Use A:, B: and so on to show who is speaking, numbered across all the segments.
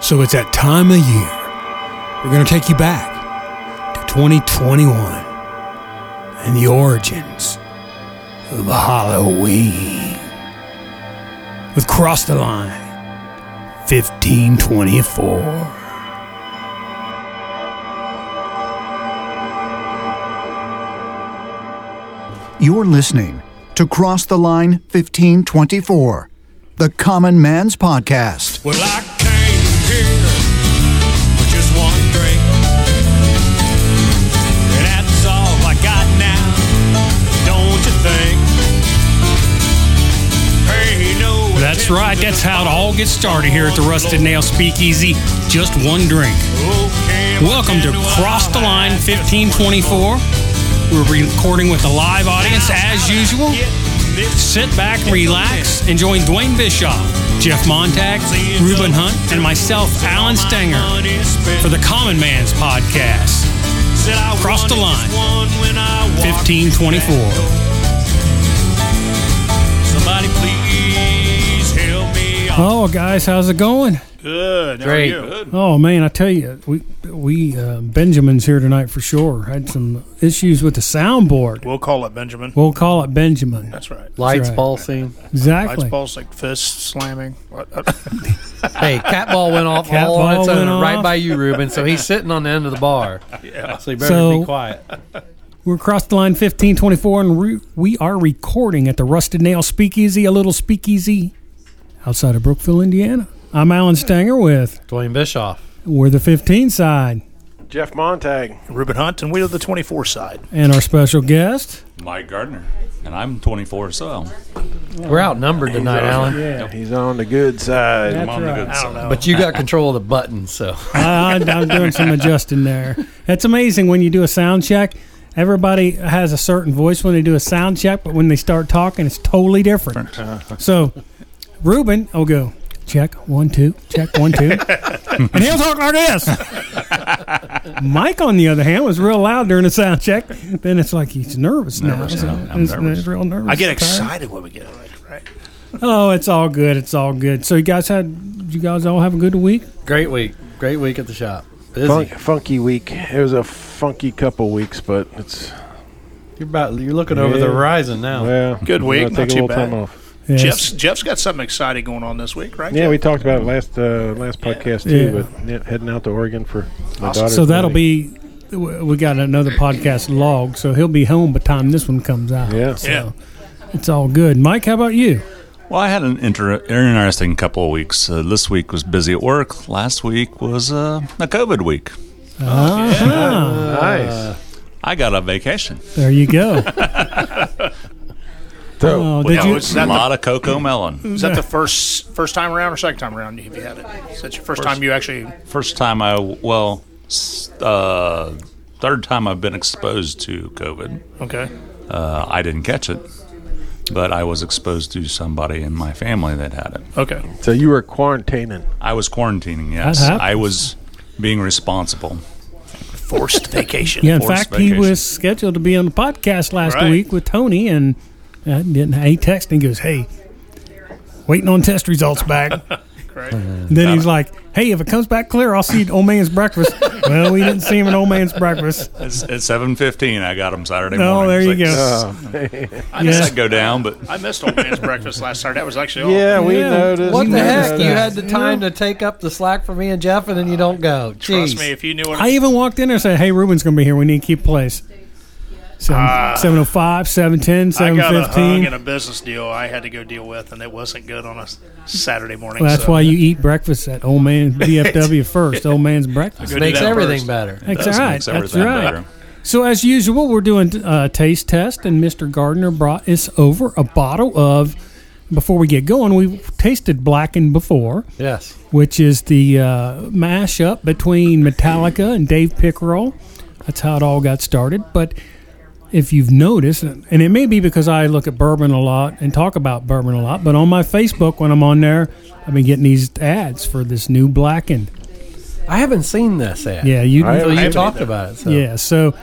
A: So it's that time of year. We're going to take you back to 2021 and the origins of Halloween with Cross the Line 1524.
B: You're listening to Cross the Line 1524, the Common Man's Podcast.
C: Well, I came here with just one drink. And that's all I got now, don't you think? Pay no
D: That's
C: attention
D: right.
C: to
D: That's
C: the
D: how it all gets started here at the Rusted Nail Speakeasy. Just one drink.
C: Okay,
D: Welcome to
C: pretend
D: Cross the
C: I'm
D: Line
C: just
D: 1524. We're recording with a live audience as usual.
C: getting this
D: Sit back, relax, and join Dwayne Bischoff, Jeff Montag, Reuben Hunt, and myself, Alan Stenger,
C: money spent.
D: for the Common Man's Podcast,
C: Said I
D: Cross the
C: wanted this
D: line.
C: one when I walked
D: 1524.
C: Somebody please help me out.
D: Oh, guys, how's it going?
C: Good.
E: Great.
D: Oh man, I tell you, we we uh, Benjamin's here tonight for sure. Had some issues with the soundboard.
F: We'll call it Benjamin.
D: We'll call it Benjamin.
F: That's right.
E: Lights
D: right.
E: ball scene.
F: Lights,
D: Exactly.
F: balls, like fists slamming. What- Uh,
E: Hey, cat ball went off
D: Cat
E: all on
D: ball
E: its
D: went
E: own
D: off.
E: right by you, Ruben. So he's sitting on the end of the bar. Yeah. So you better
D: So-
E: be quiet.
D: We're across the line 1524, and re- we are recording at the Rusted Nail Speakeasy, a little speakeasy outside of Brookville, Indiana. I'm Alan Stanger with
E: Dwayne Bischoff.
D: We're the 15 Side,
G: Jeff Montag.
F: Reuben Hunt, and we are the 24 side.
D: and our special guest.
H: Mike Gardner, and I'm 24 as well.
E: We're outnumbered tonight, Alan.
G: He's on the good side.
H: I'm on the good side.
E: But you got control of the button, so
D: I, I, I'm doing some adjusting there. It's amazing when you do a sound check. Everybody has a certain voice when they do a sound check, but when they start talking, it's totally different. So, Ruben will go check one two, check one two, and he'll talk like this. Mike, on the other hand, was real loud during the sound check. Then it's like he's nervous now.
H: Nervous,
D: So
H: yeah. I'm
D: he's-
H: nervous.
D: he's real nervous.
F: I get
D: and tired.
F: excited when we get it right. right?
D: Oh, it's all good. It's all good. So you guys had, you guys all have a good week.
E: great week. Great week at the shop. Busy.
G: Funk, funky week. It was a funky couple weeks, but it's
E: You're about you're looking over
G: Yeah.
E: the horizon
D: Oh.
E: now.
G: well.
F: Good
G: we're
F: week,
G: gonna Take
F: not too
G: a little time
F: bad.
G: off.
D: Yes.
F: Jeff's Jeff's got something exciting going on this week, right?
G: Yeah, we talked about it last uh, last podcast too,
D: Yeah.
G: but yeah, heading out to Oregon for my
F: Awesome.
G: daughter's
D: So that'll
G: wedding.
D: be w- we got another podcast log, so he'll be home by the time this one comes out.
G: Yeah.
D: So
F: Yeah.
D: It's all good. Mike, how about you?
H: Well, I had an inter- interesting couple of weeks. Uh, this week was busy at work. Last week was uh, a COVID week.
D: Ah,
G: nice.
H: I got a vacation.
D: there you go.
G: So
D: Oh, did
F: Now,
D: you?
F: is,
H: A
F: that the,
H: lot of cocoa melon.
F: is that the first first time around or second time around you've had it? Is that your first, time you actually?
H: First time I, well, s- uh, third time I've been exposed to COVID.
F: Okay.
H: Uh, I didn't catch it, but I was exposed to somebody in my family that had it.
F: Okay.
G: so you were quarantining.
H: I was quarantining, yes.
D: happens.
H: I was being responsible.
F: Forced vacation.
D: Yeah, in
H: forced
D: fact, he
H: vacation.
D: was scheduled to be on the podcast last
F: Right.
D: week with Tony, and I didn't. He texted and he goes, "Hey, waiting on test results back."
F: Great.
D: then he's like, "Hey, if it comes back clear, I'll see you at old man's breakfast." well, we didn't see him at old man's breakfast.
H: It's, at 7.15, I got him Saturday
D: Oh,
H: morning.
D: there
H: It's
D: you
H: like,
D: go.
G: Uh,
F: I,
D: Yeah.
H: I'd
F: missed,
H: go down, but
F: I missed old man's breakfast last Saturday. That was actually all.
G: Yeah, we
D: Yeah.
G: noticed.
E: What
G: we
E: the heck?
G: noticed.
E: You had the time to take up the slack for me and Jeff, and then you don't go.
F: Trust
E: Jeez.
F: me, if you knew what
D: I even walked in there and said, "Hey, Ruben's going to be here. We need to keep place." Seven, 705, 710,
F: Ah. I got a hung
D: 715.
F: in a business deal I had to go deal with, and it wasn't good on a s- Saturday morning.
D: Well, that's
F: so
D: why you eat breakfast at Old Man's BFW first. Old Man's breakfast.
F: go do
E: Makes
F: that
E: everything
F: first.
E: better.
D: That's
H: Does,
D: all right.
H: makes
D: That's
H: everything
D: right.
H: better.
D: So as usual, we're doing a taste test, and Mr. Gardner brought us over a bottle of. Before we get going, we've tasted Blackened before,
E: Yes.
D: which is the uh, mashup between Metallica and Dave Pickerel. That's how it all got started. But if you've noticed, and it may be because I look at bourbon a lot and talk about bourbon a lot, but on my Facebook when I'm on there, I've been getting these ads for this new blackened.
E: I haven't seen this ad.
D: Yeah, you.
G: I-
E: Until you
F: haven't
E: talked about it. So.
D: Yeah, so.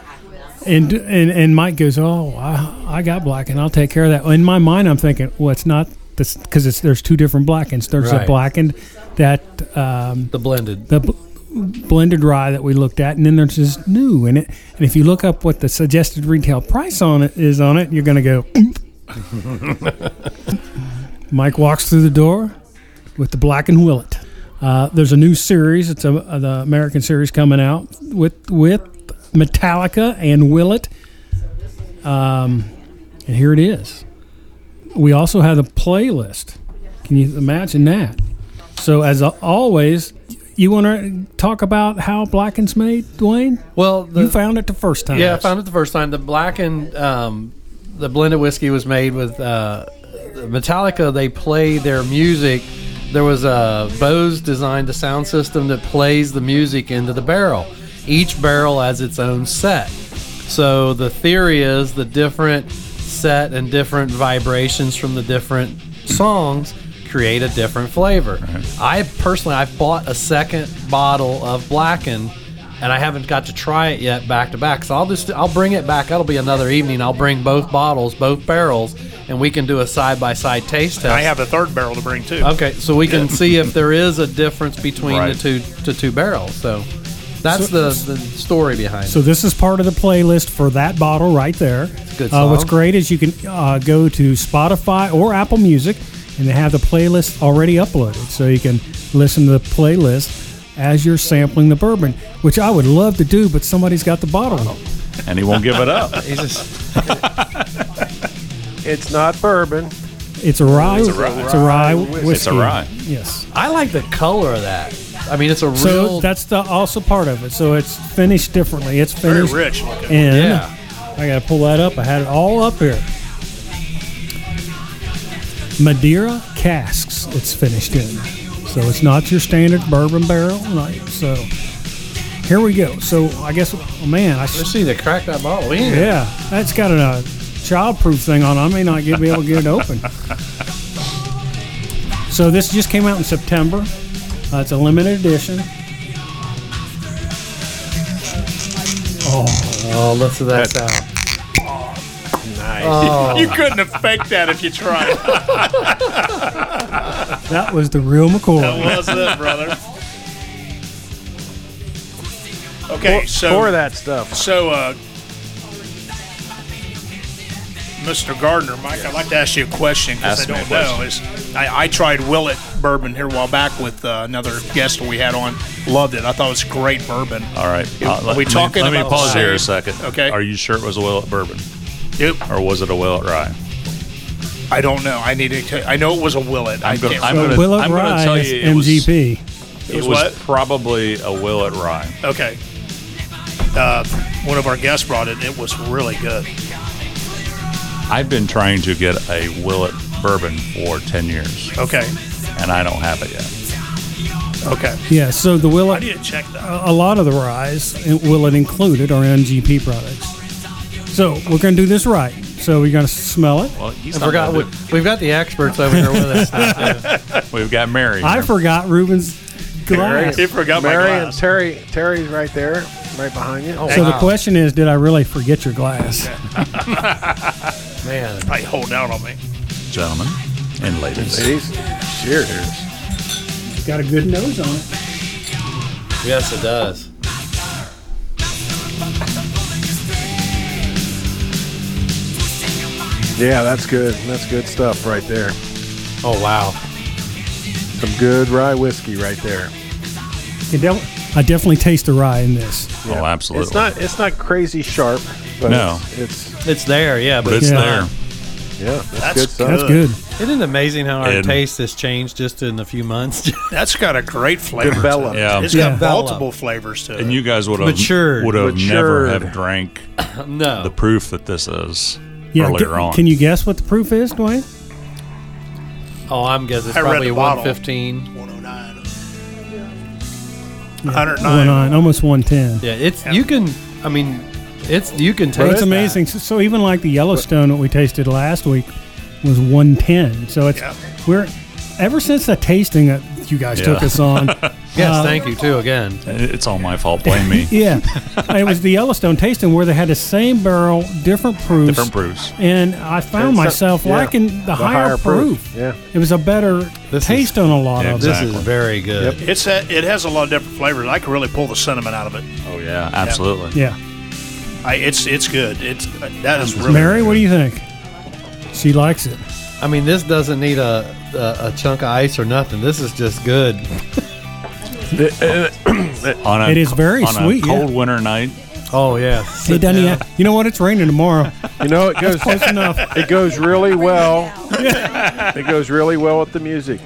D: And, and and Mike goes, oh, I, I got blackened. I'll take care of that. In my mind, I'm thinking, well, it's not because there's two different blackens. There's a
E: Right.
D: blackened that um,
E: The blended.
D: the bl- blended rye that we looked at, and then there's this new in it. And if you look up what the suggested retail price on it is on it, you're going to go. Mike walks through the door with the black and willet. Uh, there's a new series. It's a, uh, the American series coming out with with Metallica and Willet. Um, and here it is. We also have a playlist. Can you imagine that? So as a- always, you want to talk about how Blacken's made, Dwayne?
E: Well, the,
D: you found it the first time.
E: Yeah, I found it the first time. The blackened, um, the blended whiskey was made with uh, Metallica. They play their music. There was a Bose designed a sound system that plays the music into the barrel. Each barrel has its own set. So the theory is the different set and different vibrations from the different songs create a different flavor. I personally, I bought a second bottle of Blackened and I haven't got to try it yet back to back. So I'll just I'll bring it back. That'll be another evening. I'll bring both bottles, both barrels, and we can do a side by side taste test.
F: I have a third barrel to bring too.
E: okay, so we can see if there is a difference between
H: Right.
E: the two the two barrels. So that's the, the story behind
D: So this is part of the playlist for that bottle right there.
E: good
D: Uh, what's
E: song.
D: great is you can uh, go to Spotify or Apple Music, and they have the playlist already uploaded, so you can listen to the playlist as you're sampling the bourbon, which I would love to do, but somebody's got the bottle.
H: and he won't give it up.
E: it. He's just-
G: It's not bourbon.
D: It's a rye. It's a
H: rye.
D: rye whiskey.
H: It's a rye.
D: Yes.
E: I like the color of that. I mean, it's a real.
D: So that's the also part of it. So it's finished differently. It's
F: Very
D: finished
F: rich looking.
D: and
E: Yeah.
D: I gotta pull that up. I had it all up here. Madeira casks. It's finished in, so it's not your standard bourbon barrel. Right? So here we go. So I guess, oh man, I
E: Let's
D: sh-
E: see, they crack that bottle. We ain't-
D: yeah, that's got a uh, childproof thing on. it. I may not get, be able to get it open. So this just came out in September. Uh, it's a limited edition.
E: Oh, let's see that sound.
F: You couldn't have faked that if you tried. that
D: That was the real McCoy.
F: was it, brother. Okay, so
G: Pour that stuff.
F: So, uh, Mr. Gardner, Mike, I'd like to ask you a question because I
H: Ask me a
F: don't know. Is I, I tried Willet bourbon here a while back with uh, another guest we had on. Loved it. I thought it was great bourbon.
H: All right. Uh,
F: Are we
H: let-
F: talking
H: Let me, let
F: about
H: me pause
F: the
H: here a
F: same-
H: second.
F: Okay.
H: Are you sure it was a well at bourbon
F: Yep.
H: or was it a well at rye?
F: I don't know. I need to. tell- I know it was a Willet. I
H: I'm go-
F: can't.
H: I'm
F: remember.
H: gonna-
D: Willow
H: I'm gonna
D: Rye
H: tell
D: is
H: you it was-
D: MGP.
H: It was
F: what?
H: probably a well at rye.
F: okay. Uh, one of our guests brought it. It was really good.
H: I've been trying to get a Willet bourbon for 10 years,
F: Okay.
H: and I don't have it yet.
F: Okay.
D: Yeah, so the Willow,
F: I need to check uh, that.
D: a lot of the ryes, and Willet included, are MGP products. So we're going to do this right. So we're going to smell it.
H: Well, he's
E: I
H: not
E: forgot.
H: gonna
E: We,
H: do
E: we've got the experts over here with us. too.
H: it. We've got Mary.
D: I forgot Ruben's glass.
F: He forgot my
G: Mary and
F: glass.
G: Terry. Terry's right there, right behind you. Oh,
D: So the
E: Wow.
D: question is, did I really forget your glass?
E: Man,
F: Probably hold out on me.
H: Gentlemen and ladies.
G: ladies. Cheers.
D: Got a good nose on it.
E: yes, it does.
G: Yeah, that's good. That's good stuff right there.
E: Oh wow.
G: Some good rye whiskey right there.
D: You don't- I definitely taste the rye in this.
H: Oh, absolutely.
G: It's not. It's not crazy sharp. But
H: No.
G: It's, it's
E: It's there, yeah,
H: but it's
D: Yeah.
H: there.
G: yeah. That's,
F: That's
G: good stuff.
D: That's good.
E: Isn't it amazing how our
H: And-
E: taste has changed just in a few months?
F: That's got a great flavor. to it.
G: Developed.
H: Yeah.
F: It's
D: Yeah.
F: got multiple flavors to it.
H: And you guys would have
E: Matured.
H: would have never
G: Matured.
H: have drank
E: no.
H: the proof that this is
D: Yeah,
H: earlier
D: g-
H: on.
D: Can you guess what the proof is, Dwayne?
E: oh, I'm guessing it's
F: I read
E: probably
F: the bottle.
E: 115.
F: 109.
D: One
F: 109.
D: on, almost 110.
E: Yeah, it's you can. I mean, it's you can taste.
D: Well, it's
E: that.
D: amazing. So, so even like the Yellowstone that we tasted last week was 110. So it's
F: Yeah.
D: we're ever since the tasting that like you guys took
H: Yeah.
D: us on.
E: Yes,
D: Uh,
E: thank you too again.
H: It's all my fault. Blame me.
D: Yeah, Uh, it was the Yellowstone tasting where they had the same barrel, different proofs,
H: Different Bruce.
D: and I found
G: It's a-
D: myself
G: yeah,
D: liking the, higher, proof.
G: Yeah.
D: It was a better
E: This is-
D: taste on a lot of
H: Exactly.
D: it.
E: This is very good.
F: It's a, it has a lot of different flavors. I can really pull the cinnamon out of it.
H: Oh yeah, absolutely.
D: Yeah,
F: I, it's it's good. It's uh, that is really
D: Mary, what do you think? She likes it.
E: I mean, this doesn't need a, a a chunk of ice or nothing. This is just good.
H: On a,
D: It is very
H: on
D: sweet,
H: A
D: yeah.
H: cold winter night.
E: Oh yeah,
D: It doesn't. even- You know what? It's raining tomorrow.
G: You know, it goes
D: Close enough.
G: it goes really well. it goes really well with the music.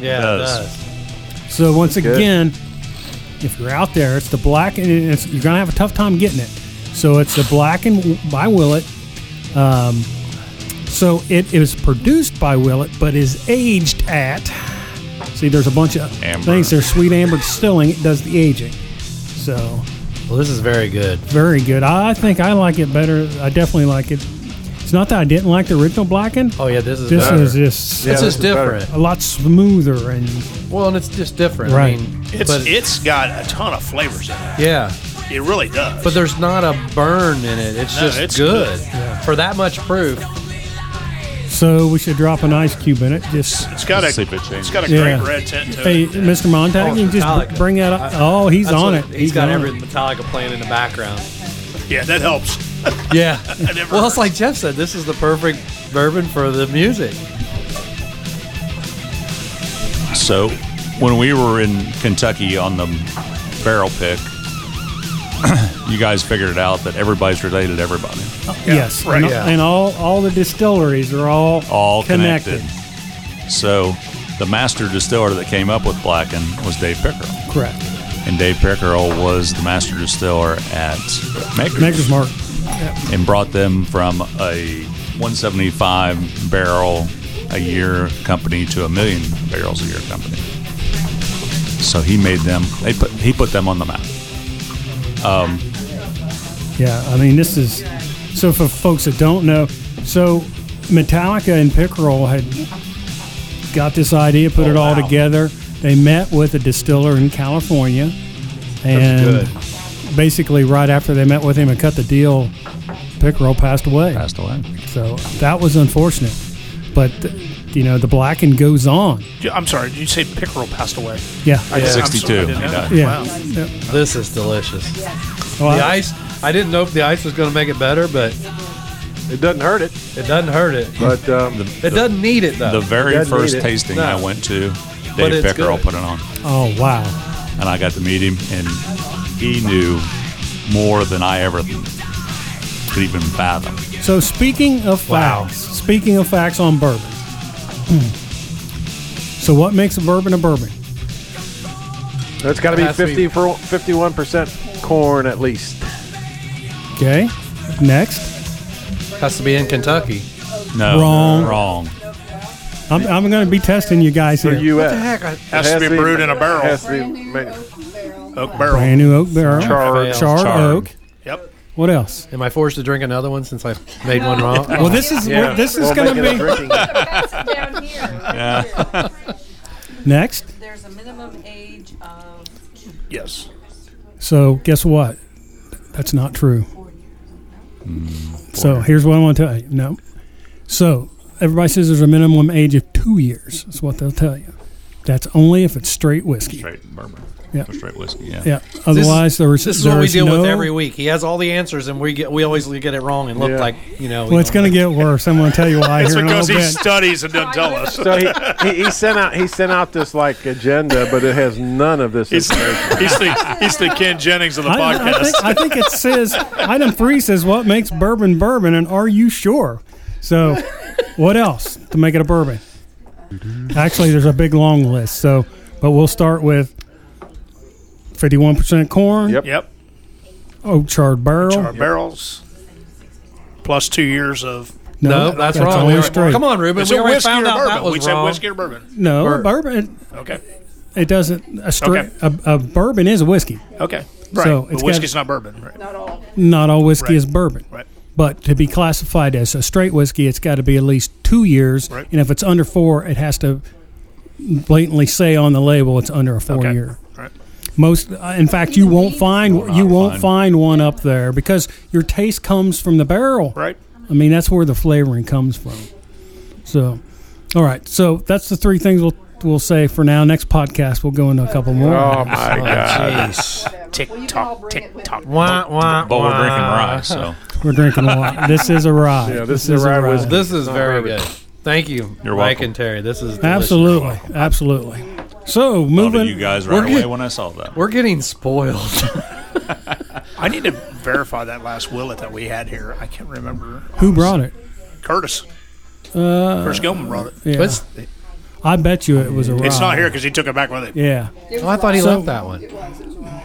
E: yeah, it
H: does.
E: does.
D: So once again, if you're out there, it's the black and it's, you're gonna have a tough time getting it. So it's the black and by Willett. Um, so it is produced by Willett, but is aged at. See, there's a bunch of
H: Amber.
D: things. There's sweet amber distilling. It does the aging. So
E: Well, this is very good.
D: very good. I think I like it better. I definitely like it. It's not that I didn't like the original blacken.
E: Oh yeah, this is
D: this
E: better.
D: is just
E: this
G: Yeah,
E: is
G: this is better.
E: different.
D: a lot smoother and
E: Well, and it's just different.
D: Right.
E: I mean,
F: It's
E: but,
F: it's got a ton of flavors in it.
E: yeah,
F: It really does.
E: but there's not a burn in it. It's
F: No,
E: just
F: it's
E: good,
F: good.
E: for that much proof.
D: so we should drop an ice cube in it. Just
F: it's got a
H: Let's see if it changes.
F: it's got a
D: Yeah.
F: great red tint to
D: Hey,
F: it.
D: Mr. Montag,
E: Oh,
D: you
E: Metallica.
D: just
E: Uh,
D: br- bring that up. Oh, he's
E: That's
D: on
E: what-
D: it.
E: He's got
D: on
E: every
D: it.
E: Metallica playing in the background.
F: Yeah, that helps.
E: Yeah.
F: I never
E: well, it's like Jeff said. This is the perfect bourbon for the music.
H: So, when we were in Kentucky on the barrel pick, you guys figured out that everybody's related to everybody.
D: yes,
F: right,
D: and,
E: yeah.
D: and all all the distilleries are all
H: All connected. So, the master distiller that came up with Blacken was Dave Pickerel.
D: Correct.
H: And Dave Pickerel was the master distiller at Maker's,
D: Maker's Mark.
H: and brought them from a 175 barrel a year company to a million barrels a year company. So he made them. They put he put them on the map.
D: Yeah, I mean this is so for folks that don't know. So Metallica and Pickerel had got this idea,
E: Oh,
D: put it all together. They met with a distiller in California, and basically right after they met with him and cut the deal, Pickerel passed away.
H: Passed away.
D: So that was unfortunate. But, you know, the blacking goes on.
F: I'm sorry. Did you say Pickerel passed away?
D: Yeah.
F: I did- I'm sorry, I
H: 62,
F: didn't know
H: he
F: that.
H: died.
D: Yeah.
F: Wow.
E: This is delicious.
D: Well,
E: The
D: Oh, I-
E: ice. I didn't know if the ice was going to make it better, but
G: It doesn't hurt it,
E: it doesn't hurt it.
G: but um,
E: It doesn't need it though.
H: The very
G: doesn't
H: first
G: need it.
H: tasting
E: No.
H: I went to,
E: But
H: Dave
E: it's
H: Pickerel
E: good.
H: put it on,
D: oh, wow.
H: and I got to meet him, and he knew more than I ever could even fathom.
D: So speaking of
E: Wow.
D: facts, speaking of facts on bourbon. Hmm. so what makes a bourbon a bourbon?
G: that's got to be
E: Has to be-
G: 50 for 51 percent corn at least.
D: Okay. Next.
E: Has to be in Kentucky.
H: No,
D: Wrong.
H: wrong.
D: I'm, I'm going to be testing you guys
G: For
D: here.
G: U.S.
F: Has, to be brewed in a barrel.
G: Has to be made.
F: oak barrel.
D: Brand new oak barrel.
E: Charred.
D: Charred
H: Charred.
D: oak.
F: Yep.
D: What else?
E: Am I forced to drink another one since I made one wrong?
D: Well, this is
G: Yeah.
D: this is
G: We'll
D: going
G: make it a
D: to
G: drinking-
I: down here.
D: be next.
I: There's a minimum age of
F: Yes.
D: So guess what? That's not true.
E: Mm,
D: So here's what I want to tell you. No. So everybody says there's a minimum age of two years. That's what they'll tell you. That's only if it's straight whiskey.
H: Straight bourbon.
D: Yeah.
H: Straight whiskey. Yeah.
D: Yeah. Otherwise, there is
E: This is what we
D: there's
E: deal
D: no-
E: with every week. He has all the answers, and we get we always get it wrong and look
G: Yeah.
E: like you know.
D: Well, it's going to get worse. I'm going to tell you why
F: That's
D: here in a
F: because
D: little
F: he
D: bit.
F: studies and doesn't tell us.
G: So he, he, he sent out he sent out this like agenda, but it has none of this.
F: He's,
G: information.
F: he's, the, he's the Ken Jennings of the
D: I, I
F: podcast.
D: think, I think it says item three says what makes bourbon bourbon, and are you sure? So, what else to make it a bourbon? Actually, there's a big long list. So, but we'll start with 51% corn,
G: Yep.
F: Yep.
D: oak charred barrel.
F: Our barrels. Plus two years of.
E: no, that's, wrong.
D: only
E: We were-
D: straight.
E: Come on, Ruben.
F: Is
E: we
F: it
E: already
F: whiskey or
E: found out that
F: bourbon?
E: was
F: We said
E: wrong.
F: whiskey or bourbon.
D: No,
E: Bourbon.
D: bourbon.
F: Okay.
D: It, it doesn't. A, straight,
F: Okay.
D: a, a bourbon is a whiskey.
F: Okay. Right.
D: So it's
F: but
D: got-
F: whiskey's not bourbon. Right.
I: not all.
D: Not all whiskey
F: Right.
D: is bourbon.
F: Right.
D: But to be classified as a straight whiskey, it's got to be at least two years.
F: Right.
D: And if it's under four, it has to blatantly say on the label it's under a four
F: Okay.
D: year.
F: Right.
D: Most, uh, in fact, you won't
H: Will
D: find
H: not
D: you won't
H: find.
D: find one up there because your taste comes from the barrel.
F: Right.
D: I mean, that's where the flavoring comes from. So, all right. So that's the three things we'll we'll say for now. Next podcast, we'll go into a couple more.
G: Oh my God!
F: Tick tock, tick tock.
E: Wah, wah,
H: But we're
E: wah.
H: drinking rye, so
D: We're drinking a lot. This is a ride.
G: Yeah, this is a rye whiskey.
E: This is very good. Thank you,
H: You're
E: Mike
H: welcome.
E: and Terry. This is delicious.
D: Absolutely, absolutely. So
H: thought of
D: moving.
H: you guys
E: We're
H: right away
E: good.
H: when I saw that.
E: We're getting spoiled.
F: I need to verify that last Willet that we had here. I can't remember.
D: Who brought it?
F: Curtis. Curtis Gilman brought it.
D: Uh, Yeah.
E: What's-
D: I bet you it was a rye.
F: It's not here because he took it back with him.
D: Yeah.
E: oh, I thought he
D: So-
E: left that one.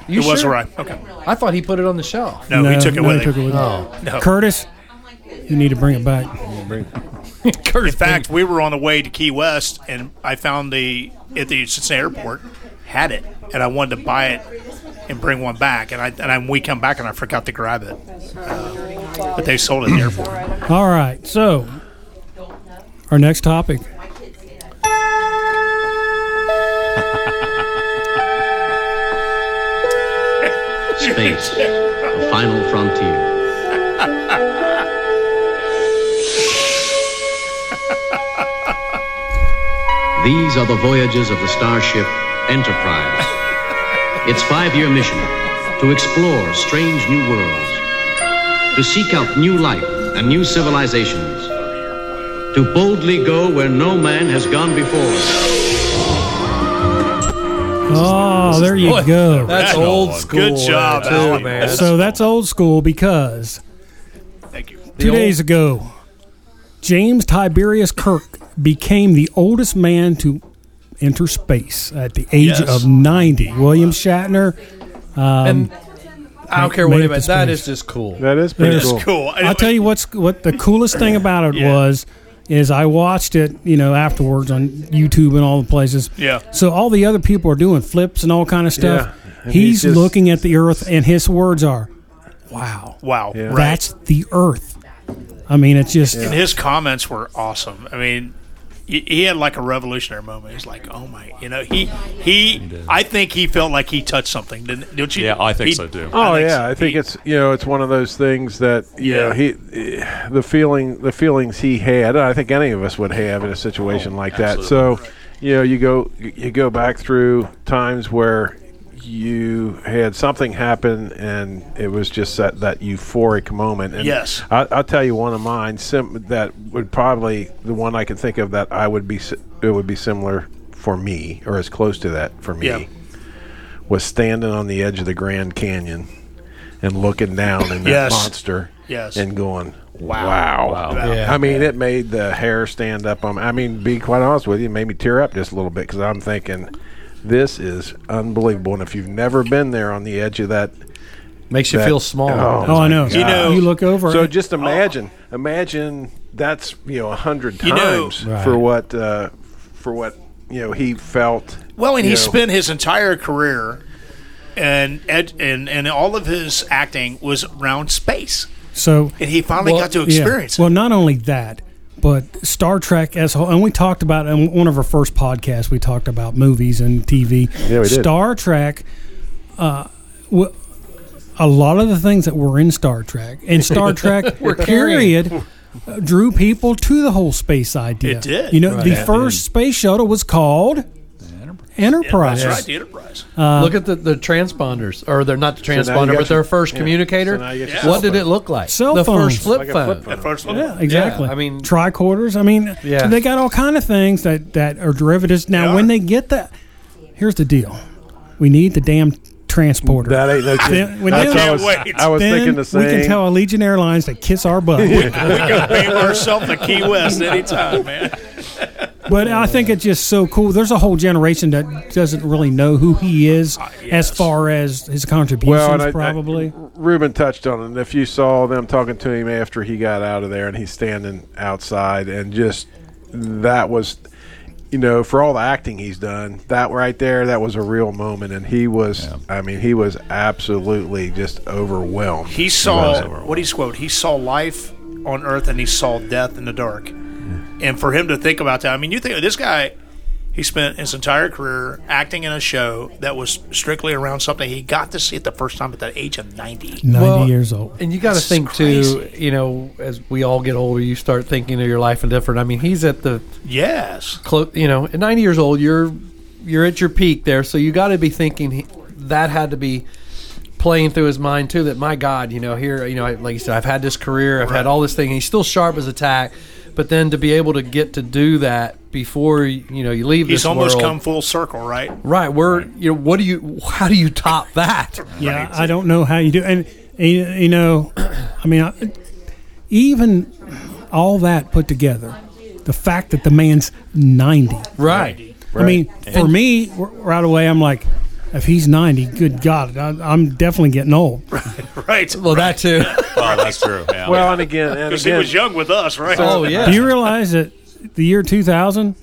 E: You
F: It was
E: sure?
F: right. Okay.
E: I thought he put it on the shelf.
F: No, he took it
D: no,
F: with
D: he
F: him.
D: took it with him.
E: Oh.
F: No.
D: Curtis, you need to bring it back.
F: In fact, we were on the way to Key West, and I found the at the Cincinnati airport had it, and I wanted to buy it and bring one back, and I and I, we come back and I forgot to grab it, Uh, but they sold it at the airport.
D: All right. So, our next topic.
J: Space, the final frontier. These are the voyages of the starship Enterprise. Its five year mission to explore strange new worlds, to seek out new life and new civilizations, to boldly go where no man has gone before.
D: Oh, there you
E: Boy,
D: go.
E: That's
H: Original
E: old
H: one.
E: school.
F: Good job,
E: too,
F: Alan.
E: man.
D: so that's old school because
F: Thank you.
E: The
D: two
E: old-
D: days ago, James Tiberius Kirk became the oldest man to enter space at the age
F: Yes.
D: of 90. William Shatner.
E: and I don't care what
D: made it
E: anybody.
D: to
E: That
D: space.
E: is just cool.
G: That is pretty
D: It is
G: cool.
F: Cool.
D: I'll tell you what's what the coolest thing about it
F: Yeah.
D: was is I watched it, you know, afterwards on YouTube and all the places.
F: Yeah.
D: So all the other people are doing flips and all kind of stuff.
G: Yeah. And
D: He's,
G: he's just-
D: looking at the Earth, and his words are, "Wow,
F: Wow. Right.
D: that's the Earth." I mean, it's just
F: And his comments were awesome. I mean, he he had like a revolutionary moment. He's like, "Oh my!" You know, he he. I think he felt like he touched something. Didn't, don't you?
H: Yeah, I think
F: He-
H: so too.
G: Oh
F: think
G: yeah,
F: so.
G: I think
F: He-
G: it's you know it's one of those things that you
F: Yeah.
G: know he eh, the feeling the feelings he had I think any of us would have in a
F: Oh,
G: situation like that. So you know you go you go back through times where you had something happen and it was just that, that euphoric moment. And
F: Yes.
G: I, I'll tell you one of mine sim- that would probably the one I can think of that I would be si- it would be similar for me or as close to that for me
F: Yeah.
G: was standing on the edge of the Grand Canyon and looking down in that
F: Yes.
G: monster
F: Yes.
G: and going,
F: Wow.
G: wow.
F: Wow.
E: Yeah.
G: I mean, it made the hair stand up. on I mean, be quite honest with you, it made me tear up just a little bit because I'm thinking, this is unbelievable. And if you've never been there on the edge of that,
E: Makes you
G: that-
E: feel small.
D: Oh, I know. You
F: know-
D: look over.
G: so just imagine, imagine that's you know a hundred
F: You know-
G: times for what uh, for what you know he felt.
F: Well, and
G: you
F: he
G: know.
F: spent his entire career, and ed, and and all of his acting was around space,
D: so
F: and he finally got to
D: Yeah.
F: experience
D: Well,
F: it.
D: not only that, but Star Trek as a whole, and we talked about in one of our first podcasts, we talked about movies and TV.
G: Yeah, we did.
D: Star Trek, uh, w- a lot of the things that were in Star Trek and Star Trek
E: carrying.
D: period uh, drew people to the whole space idea.
F: It did.
D: You know,
E: Right.
D: the
E: Yeah.
D: first space shuttle was called Enterprise.
F: That's right, the Enterprise.
E: look at the, the transponders, or they're not the
G: now you
E: transponder,
G: got
E: but their
G: your-
E: first
G: yeah.
E: communicator.
G: So now you got your
E: what
G: cell
E: did it look like?
D: Cell
E: the
D: phones.
E: first flip
G: Like a
E: phone.
G: flip phone.
F: That first one.
D: Yeah, exactly.
E: I mean-
D: tricorders. I mean,
E: Yeah.
D: they got all kind of things that that are derivatives. Now,
F: They are.
D: when they get that, here's the deal: we need the damn transporter.
G: That ain't no
D: Then-
G: kidding.
D: when
G: That's what
D: they-
G: I was,
F: Can't wait.
G: I was
D: then
G: thinking the same.
D: We can tell Allegiant Airlines to kiss our butt.
F: we could pay ourselves to Key West anytime, man.
D: but I think it's just so cool. There's a whole generation that doesn't really know who he is
F: yes.
D: as far as his contributions,
G: Ah, and I- I-
D: probably.
G: Ruben touched on it. And if you saw them talking to him after he got out of there and he's standing outside and just that was you know, for all the acting he's done, that right there, that was a real moment and he was I mean, he was absolutely just overwhelmed.
F: He saw
G: was.
F: what he's quote. He saw life on Earth and he saw death in the dark. And for him to think about that, I mean, you think this guy. He spent his entire career acting in a show that was strictly around something he got to see it the first time at the age of 90.
D: 90
E: Well,
D: years old.
E: And you got to
F: That's
E: think too,
F: crazy.
E: you know, as we all get older, you start thinking of your life and different. I mean, he's at the
F: Yes.
E: close, you know, at 90 years old, you're you're at your peak there, so you got to be thinking he- that had to be playing through his mind too. That my God, you know, here, you know, I- like you said, I've had this career, I've had all this thing, and he's still sharp as a tack. But then to be able to get to do that before you know you leave
F: He's
E: this
F: almost
E: world,
F: come full circle, right?
E: right? Where you know, what do you, how do you top that?
D: Yeah, I don't know how you do. And and, you know, I mean, I, even all that put together, the fact that the man's ninety.
E: Right.
D: I mean, for me, r- right away, I'm like, if he's ninety, good God, I, I'm definitely getting old.
F: Right.
E: Well, that too.
H: Oh, that's true. Yeah.
G: Well, and again, and
F: Because he
G: again,
F: was young with us, right?
E: oh yeah.
D: Do you realize that the year 2000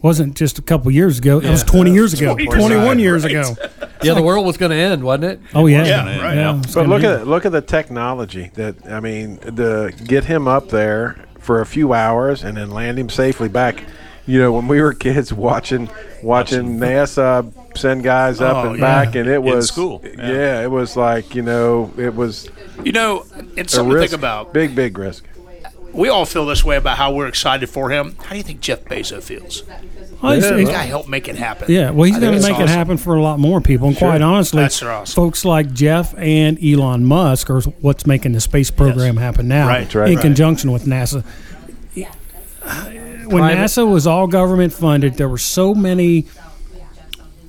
D: wasn't just a couple years ago? It was 20 years ago,
F: 20 years
D: 21
F: ago,
D: years
F: right.
D: ago.
E: Yeah, the world was going to end, wasn't it?
D: Oh yeah,
F: Yeah, right.
D: it's
G: But
D: gonna
G: look
D: be-
G: at look at the technology that I mean, the get him up there for a few hours and then land him safely back. You know, when we were kids watching watching NASA send guys up
F: Oh,
G: and
F: yeah.
G: back, and it was
H: school,
G: Yeah.
H: yeah.
G: it was like you know, it was
F: You know, it's
G: a
F: something to
G: risk,
F: think about.
G: big big risk.
F: We all feel this way about how we're excited for him. How do you think Jeff Bezos feels?
D: Oh, he's-
F: This
D: he's-
F: guy helped make it happen.
D: yeah, well, he's
F: I think
D: going to
F: it's
D: make it
F: awesome.
D: happen for a lot more people. And quite honestly,
F: That's awesome.
D: folks like Jeff and Elon Musk are what's making the space program happen now,
F: Right, That's
G: right.
D: in
G: right.
D: conjunction with NASA. When
E: Private-
D: NASA was all government funded, there were so many.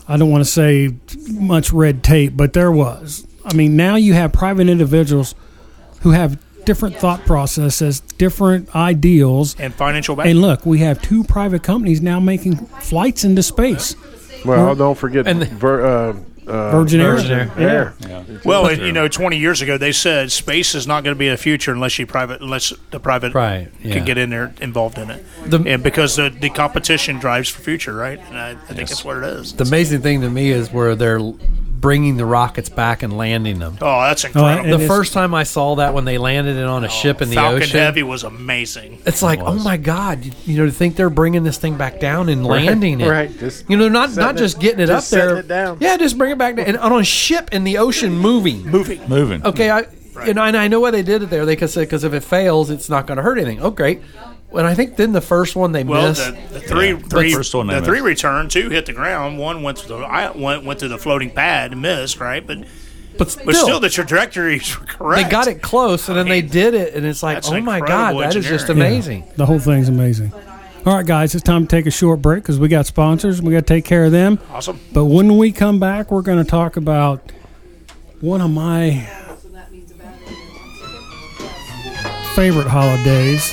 D: I don't want to say much red tape, but there was. I mean, now you have private individuals who have different thought processes, different ideals,
F: And financial back.
D: And look, we have two private companies now making flights into space.
G: Well, don't forget
E: And the-
G: ver, uh, uh,
D: Virgin Air. Yeah.
G: Air.
F: Well, and, you know, 20 years ago, they said space is not going to be the future unless you private, unless the private
E: Right, yeah.
F: can get in there involved in it.
E: The-
F: and because the, the competition drives for future, right? And I, I think that's what it is.
E: The amazing thing to me is where they're l- bringing the rockets back and landing them.
F: oh, that's incredible.
D: It
E: the
D: is-
E: first time I saw that when they landed it on a ship in the
F: Oh, Falcon
E: ocean,
F: Heavy was amazing.
E: it's like, oh my god, you, you know, to think they're bringing this thing back down and landing it.
G: right, just
E: you know, not
G: setting
E: not
G: it-
E: just getting it
G: just
E: up there.
G: setting it down.
E: Yeah, just bring it back down and on a ship in the ocean, moving.
F: Movie.
H: Moving.
E: Okay, I and I, and I know why they did it there. They could say because if it fails, it's not going to hurt anything. Oh, great. And I think then the first one they
F: Well,
E: missed.
F: the, the three, three,
H: First one they
F: the three
H: missed.
F: returned. Two hit the ground. One went to the I went went to the floating pad and missed. Right, but
E: but still,
F: but still the trajectories were correct.
E: they got it close, and then they did it, and it's like,
F: That's
E: oh my god,
F: incredible
E: that is just
F: engineering.
E: amazing.
D: The whole thing's amazing. All right, guys, it's time to take a short break because we got sponsors. We got to take care of them.
F: Awesome.
D: But when we come back, we're going to talk about one of my favorite holidays.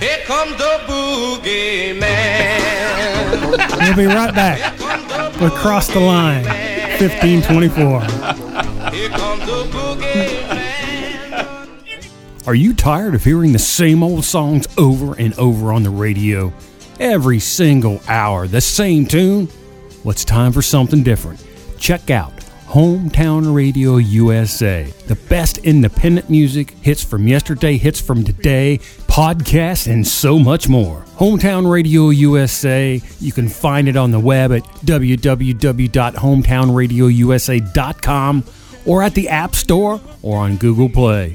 C: Here comes the boogeyman.
D: We'll be right back with Cross the Line 1524.
C: Here comes the boogeyman.
A: Are you tired of hearing the same old songs over and over on the radio? Every single hour, the same tune? Well, it's time for something different. Check out Hometown Radio USA. The best independent music, hits from yesterday, hits from today, podcasts, and so much more. Hometown Radio USA, you can find it on the web at www.hometownradiousa.com or at the App Store or on Google Play.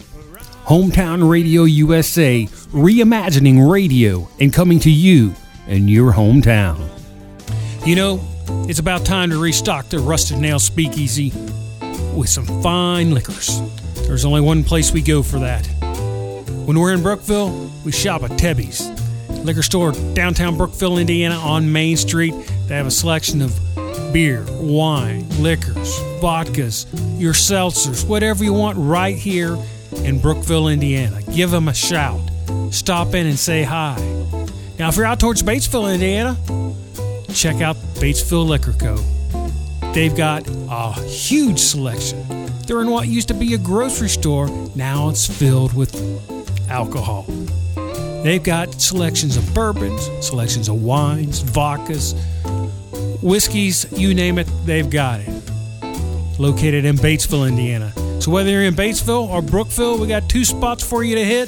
A: Hometown Radio USA, reimagining radio and coming to you in your hometown.
D: You know, it's about time to restock the Rusted Nail Speakeasy with some fine liquors. There's only one place we go for that. When we're in Brookville, we shop at Tebby's, liquor store downtown Brookville, Indiana on Main Street. They have a selection of beer, wine, liquors, vodkas, your seltzers, whatever you want right here in Brookville, Indiana. Give them a shout. Stop in and say hi. Now, if you're out towards Batesville, Indiana, check out Batesville Liquor Co. They've got a huge selection. They're in what used to be a grocery store, now it's filled with alcohol. They've got selections of bourbons, selections of wines, vodkas, whiskeys, you name it, they've got it. Located in Batesville, Indiana. So whether you're in Batesville or Brookville, we got two spots for you to hit.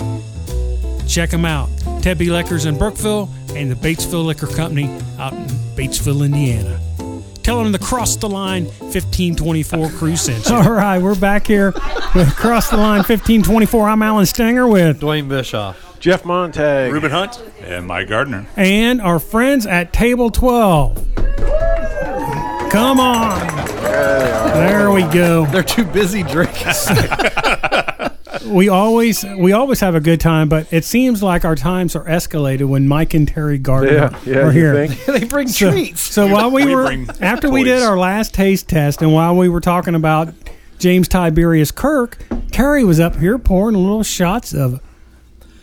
A: Check them out. Tebby Liquors in Brookville and the Batesville Liquor Company out in Batesville, Indiana. Tell them the Cross the Line 1524 crew sent you.
K: All right, we're back here with Across the Line 1524. I'm Alan Stanger with
E: Dwayne Bischoff.
G: Jeff Montag.
F: Ruben Hunt.
H: And Mike Gardner.
A: and our friends at Table 12. Come on. There we go.
E: They're too busy drinking.
A: We always we always have a good time, but it seems like our times are escalated when Mike and Terry Gardner
G: Yeah, yeah.
A: are
G: you
A: here.
G: think?
E: they bring
A: So,
E: treats.
A: so while we,
H: We
A: were
H: bring
A: after we did
H: toys.
A: our last taste test, and while we were talking about James Tiberius Kirk, Terry was up here pouring little shots of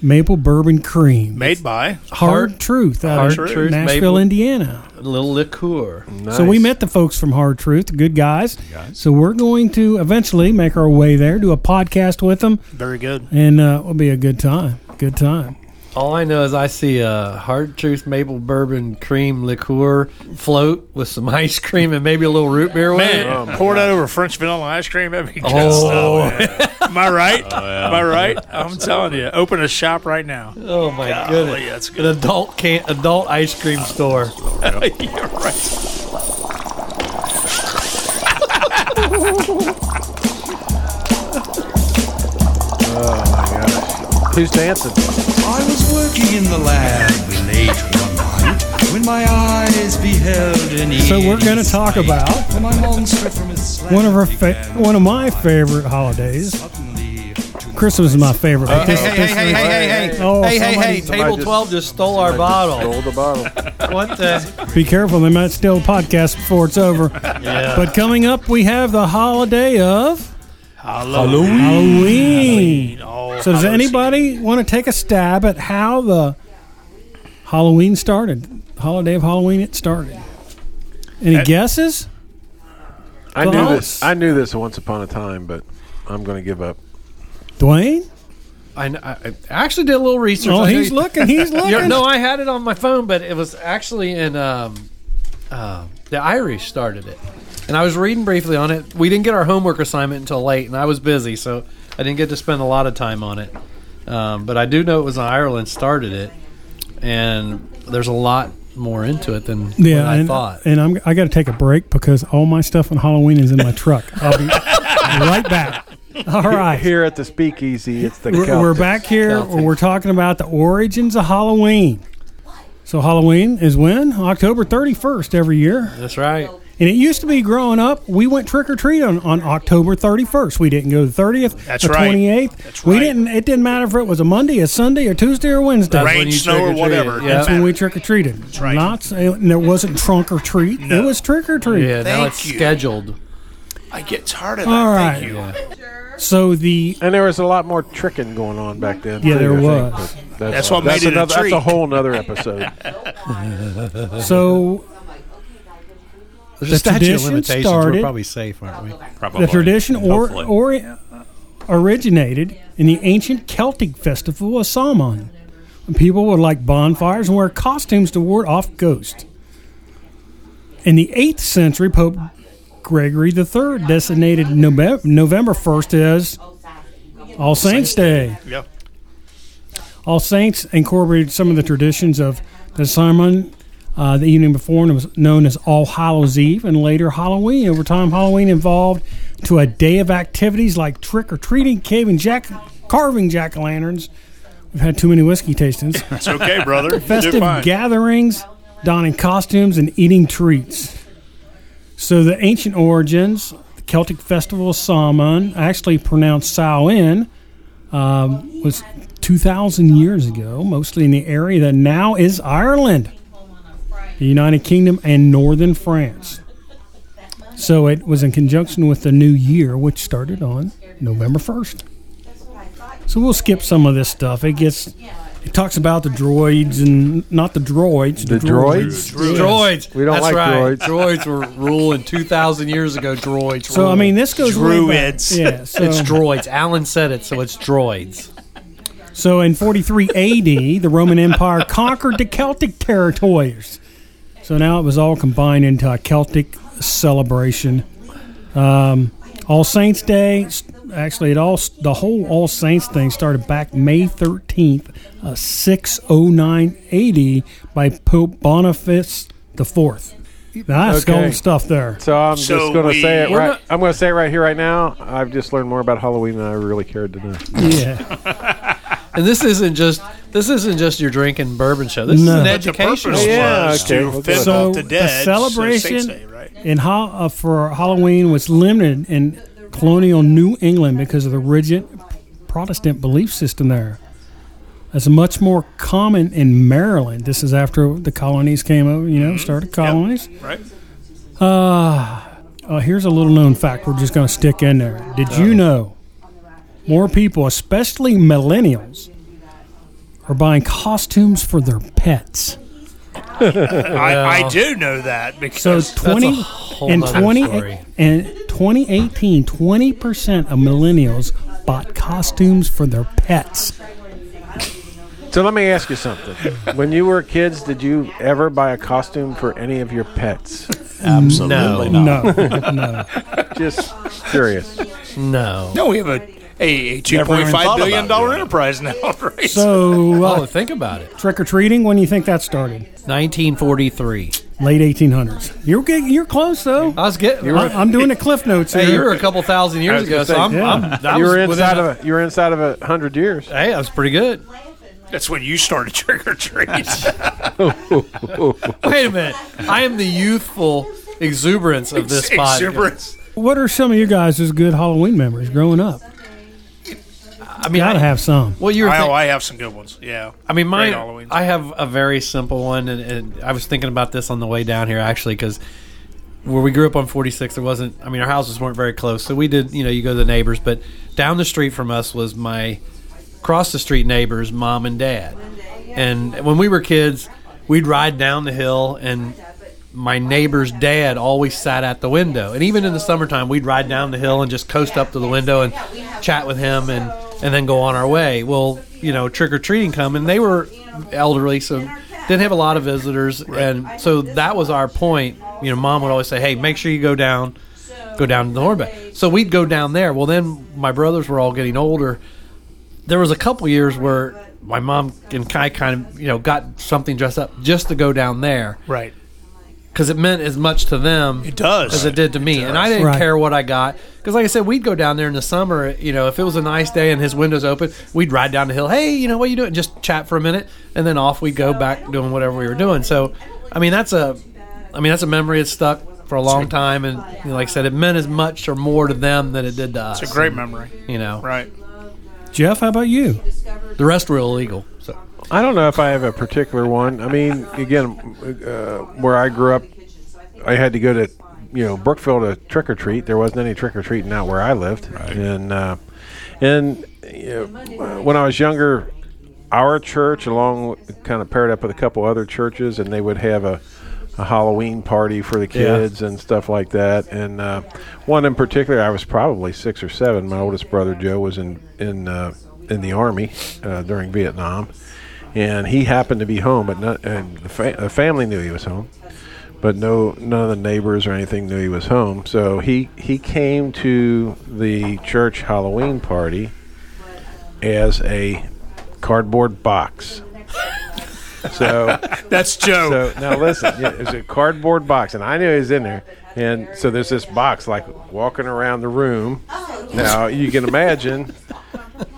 A: maple bourbon cream.
F: Made by
A: Hard,
E: Hard-
A: Truth out
E: Hard
A: of
E: Truth,
A: Nashville,
E: maple.
A: Indiana.
E: A little liqueur.
A: So we
G: Nice.
A: met the folks from Hard Truth, good guys.
H: guys.
A: So we're going to eventually make our way there, do a podcast with them,
F: very good.
A: and uh, it'll be a good time. Good time.
E: All I know is I see a hard truth maple bourbon cream liqueur float with some ice cream and maybe a little root beer with
F: Man,
E: it.
F: pour that over French vanilla ice cream. That'd be good
E: Oh.
F: stuff. man. Am I right?
H: Oh,
F: Am I right? I'm telling you, open a shop right now.
E: Oh my
F: Golly,
E: goodness!
F: that's
E: An
F: good.
E: adult can adult ice cream store.
F: You're right.
G: Who's dancing?
L: I was working in the lab late one night when my eyes beheld an
A: So we're going to talk about one of our fa- one of my favorite holidays. Christmas is my favorite. but this-
E: Hey, hey,
A: this-
E: hey, hey, hey, hey,
A: Oh,
E: hey, hey,
A: somebody-
E: hey! Table
G: just-
E: twelve just stole our bottle.
G: Roll the bottle.
E: What the?
A: Be careful, they might steal a podcast before it's over. But coming up, we have the holiday of
F: Halloween.
A: Halloween.
F: Oh,
A: So does
F: Halloween.
A: anybody want to take a stab at how the Halloween started? Holiday of Halloween, it started. Any guesses?
G: I knew
A: Well,
G: this. I knew this once upon a time, but I'm going to give up.
A: Dwayne?
E: I, kn- I I actually did a little research.
A: Oh,
E: I know
A: he's
E: you-
A: looking. He's
E: Yeah,
A: looking.
E: no, I had it on my phone, but it was actually in um, uh, the Irish started it, and I was reading briefly on it. We didn't get our homework assignment until late, and I was busy, so I didn't get to spend a lot of time on it. Um, but I do know it was Ireland started it, and there's a lot more into it than
A: Yeah,
E: what I
A: and,
E: thought.
A: and I'm, I got to take a break because all my stuff on Halloween is in my truck. I'll be right back. All right.
G: Here at the Speakeasy, it's the
A: We're, we're
G: Celtics.
A: back here.
E: Celtics.
A: We're talking about the origins of Halloween. So Halloween is when? October 31st every year.
E: That's right.
A: And it used to be growing up, we went trick or treat on, on October 31st. We didn't go the 30th,
F: That's
A: the
F: right.
A: 28th.
F: That's
A: we
F: right.
A: didn't. It didn't matter if it was a Monday, a Sunday, or Tuesday, or Wednesday.
E: Right. when
F: Rain,
E: you
F: snow, or
E: trick-or-treated,
F: whatever. Doesn't
E: yeah.
A: That's when
F: matter.
A: we trick or treated. That's
F: right.
A: Not uh, and there wasn't trunk or treat. It was trick or treat.
E: Yeah, now
F: Thank
E: it's
F: you.
E: scheduled.
F: I get tired of that.
A: All
F: Thank
A: right.
F: you.
A: So the
G: And there was a lot more tricking going on back then.
A: Yeah,
G: too,
A: there
G: I think,
A: was.
G: but
F: That's what made it a
G: another, That's
F: treat.
G: a whole nother episode.
A: so
E: There's
A: The
E: a statute of
A: tradition
E: limitations.
A: started-
E: We're probably safe, aren't we?
H: Probably.
A: the tradition or,
H: Hopefully.
A: or uh, originated in the ancient Celtic festival of Samhain. People would light bonfires and wear costumes to ward off ghosts. In the 8th century, Pope Gregory III designated November, November 1st as All Saints Day.
F: Yeah.
A: All Saints incorporated some of the traditions of the sermon uh, the evening before and it was known as All Hallows Eve and later Halloween. Over time, Halloween evolved to a day of activities like trick or treating, caving jack, carving jack o' lanterns. We've had too many whiskey tastings.
F: It's okay, brother. you
A: Festive
F: fine.
A: gatherings, donning costumes, and eating treats. So the ancient origins, the Celtic festival of Samhain, actually pronounced Samhain, um, was 2,000 years ago, mostly in the area that now is Ireland, the United Kingdom, and northern France. So it was in conjunction with the new year, which started on November 1st. So we'll skip some of this stuff. It gets, it talks about the droids and not the droids.
G: The droids?
E: Droids.
G: We don't
E: That's
G: like
E: right. droids. were ruling 2,000 years ago. Droids.
A: So I
E: ruled.
A: mean, this goes way back.
F: Druids.
A: Yeah, so,
E: It's droids. Alan said it, so it's droids.
A: so in 43 AD, the Roman Empire conquered the Celtic territories. So now it was all combined into a Celtic celebration. Um, All Saints Day, s- actually it all the whole All Saints thing started back May thirteenth, uh, six oh nine eighty by Pope Boniface the Fourth. That's
G: Okay.
A: gold stuff there.
G: So I'm
F: So
G: just going to
F: we-
G: say it
F: We're
G: right.
E: not-
G: I'm going to say it right here, right now. I've just learned more about Halloween than I really cared to know.
A: Yeah,
E: And this isn't just this isn't just your drinking bourbon show. This
A: No.
E: is an
A: But
F: But the purpose
E: educational.
F: was
G: Yeah, okay,
F: to
G: we'll
F: fend
G: do it.
F: off
A: So
F: the
A: the
F: dead.
A: celebration-
F: so Saints Day, right?
A: and ha- uh, for Halloween was limited in colonial New England because of the rigid Protestant belief system there. That's much more common in Maryland. This is after the colonies came over, you know, started colonies.
F: Right.
A: Uh, here's a little known fact we're just going to stick in there. Did you know more people, especially millennials, are buying costumes for their pets?
F: I, I do know that because
A: So
E: that's a
A: 20
E: whole
A: and
E: nother
A: 20
E: story.
A: and 2018, 20% of millennials bought costumes for their pets.
G: So let me ask you something. when you were kids, did you ever buy a costume for any of your pets?
M: Absolutely not.
A: No, no.
G: Just curious.
E: No.
F: no, we have a a, a two
M: Never even
F: point five
M: thought
F: billion
M: about
F: dollar
M: doing it.
F: enterprise now, right?
A: So
E: Oh,
A: uh,
E: think about it.
A: trick or treating. When do you think that started?
E: 1943.
A: Late 1800s. You're get- you're close though.
E: I was getting.
A: I, I'm doing the cliff notes
E: hey,
A: here.
E: you were a couple thousand years ago, so I'm.
A: yeah.
E: I'm that
G: you
E: was
G: were
E: within
G: inside
E: a-
G: of a, you were inside of a hundred years.
E: Hey, I was pretty good.
F: That's when you started trick or treat.
E: Wait a minute. I am the youthful exuberance of this podcast.
F: Exuberance.
A: What are some of you guys' good Halloween memories growing up?
E: I mean,
A: Gotta
E: I,
A: have some.
E: well, you're.
F: I, oh, I have some good ones. Yeah.
E: I mean,
F: Great
E: mine.
F: Halloween.
E: I have a very simple one, and, and I was thinking about this on the way down here actually because where we grew up on 46, there wasn't. I mean, our houses weren't very close, so we did. You know, you go to the neighbors, but down the street from us was my across the street neighbors, mom and dad, and when we were kids, we'd ride down the hill and. My neighbor's dad always sat at the window, and even in the summertime, we'd ride down the hill and just coast up to the window and chat with him, and and then go on our way. Well, you know, trick or treating come, and they were elderly, so didn't have a lot of visitors, and so that was our point. You know, mom would always say, "Hey, make sure you go down, go down to the Hornbeck." So we'd go down there. Well, then my brothers were all getting older. There was a couple years where my mom and Kai kind of, you know, got something dressed up just to go down there
F: Right.
E: because it meant as much to them
F: It does.
E: as it did to me, and I didn't
A: Right.
E: care what I got because, like I said, we'd go down there in the summer. You know, if it was a nice day and his windows open, we'd ride down the hill. Hey, you know what you doing? Just chat for a minute, and then off we go back doing whatever we were doing. So, I mean, that's a, I mean, that's a memory that stuck for a long time, and you know, like I said, it meant as much or more to them than it did to us.
F: It's a great memory.
E: you know,
F: Right.
A: Jeff, how about you?
E: the rest were illegal. So,
G: I don't know if I have a particular one. I mean, again, uh, where I grew up, I had to go to, you know, Brookville to trick or treat. There wasn't any trick or treating out where I lived, and uh, and you know, when I was younger, our church, along kind of paired up with a couple other churches, and they would have a, a Halloween party for the kids and stuff like that. And uh, one in particular, I was probably six or seven. My oldest brother Joe was in in uh, in the army uh, during Vietnam, and he happened to be home, but not, and the, fa- the family knew he was home but no none of the neighbors or anything knew he was home so he he came to the church halloween party as a cardboard box so
F: That's Joe.
G: so now listen, yeah, it's a cardboard box, and I knew he was in there. And so there's this box like walking around the room. Now you can imagine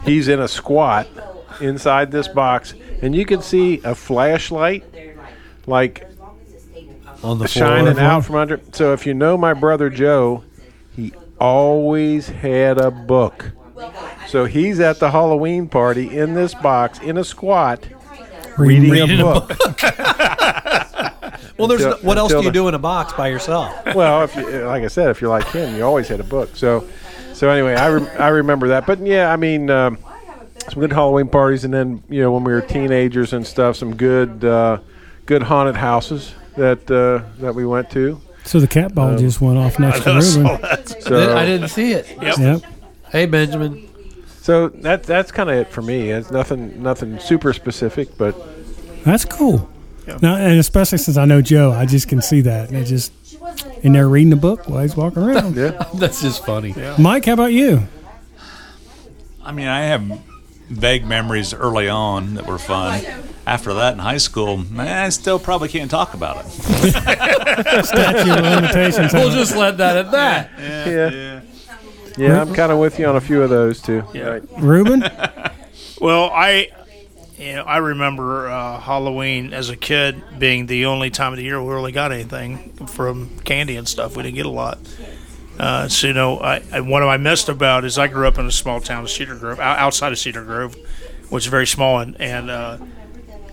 G: he's in a squat inside this box, and you can see a flashlight like on the shining out from under. So if you know my brother Joe, he always had a book. So he's at the Halloween party in this box in a squat reading, a book.
E: well, there's
G: Until-
E: no- what else do
G: until
E: you
G: the-
E: do in a box by yourself?
G: well, if you, like I said, if you're like him, you always had a book. So, so anyway, I, rem I remember that. But yeah, I mean, um, some good Halloween parties, and then you know when we were teenagers and stuff, some good, uh, good haunted houses that uh, that we went to.
A: So the cat
G: Oh.
A: ball just went off next to
F: I saw
A: Ruben.
F: that.
G: So
E: I didn't see it.
A: Yep.
E: Hey, Benjamin.
G: So that that's kind of it for me. It's nothing nothing super specific, but
A: That's cool. Now, and especially since I know Joe, I just can see that. And it just in there reading the book while he's walking around.
E: That's just funny.
A: Mike, how about you?
H: I mean, I have vague memories early on that were fun. After that, in high school, man, I still probably can't talk about it.
D: Statue of limitations.
E: We'll just let that at that.
G: Yeah. Yeah, I'm kind of with you on a few of those too. Right.
D: Ruben,
F: Well, I, you know, I remember uh, Halloween as a kid being the only time of the year we really got anything from candy and stuff. We didn't get a lot. Uh, so you know, I, I, what I missed about is I grew up in a small town of Cedar Grove, ou- outside of Cedar Grove, which is very small, and and uh,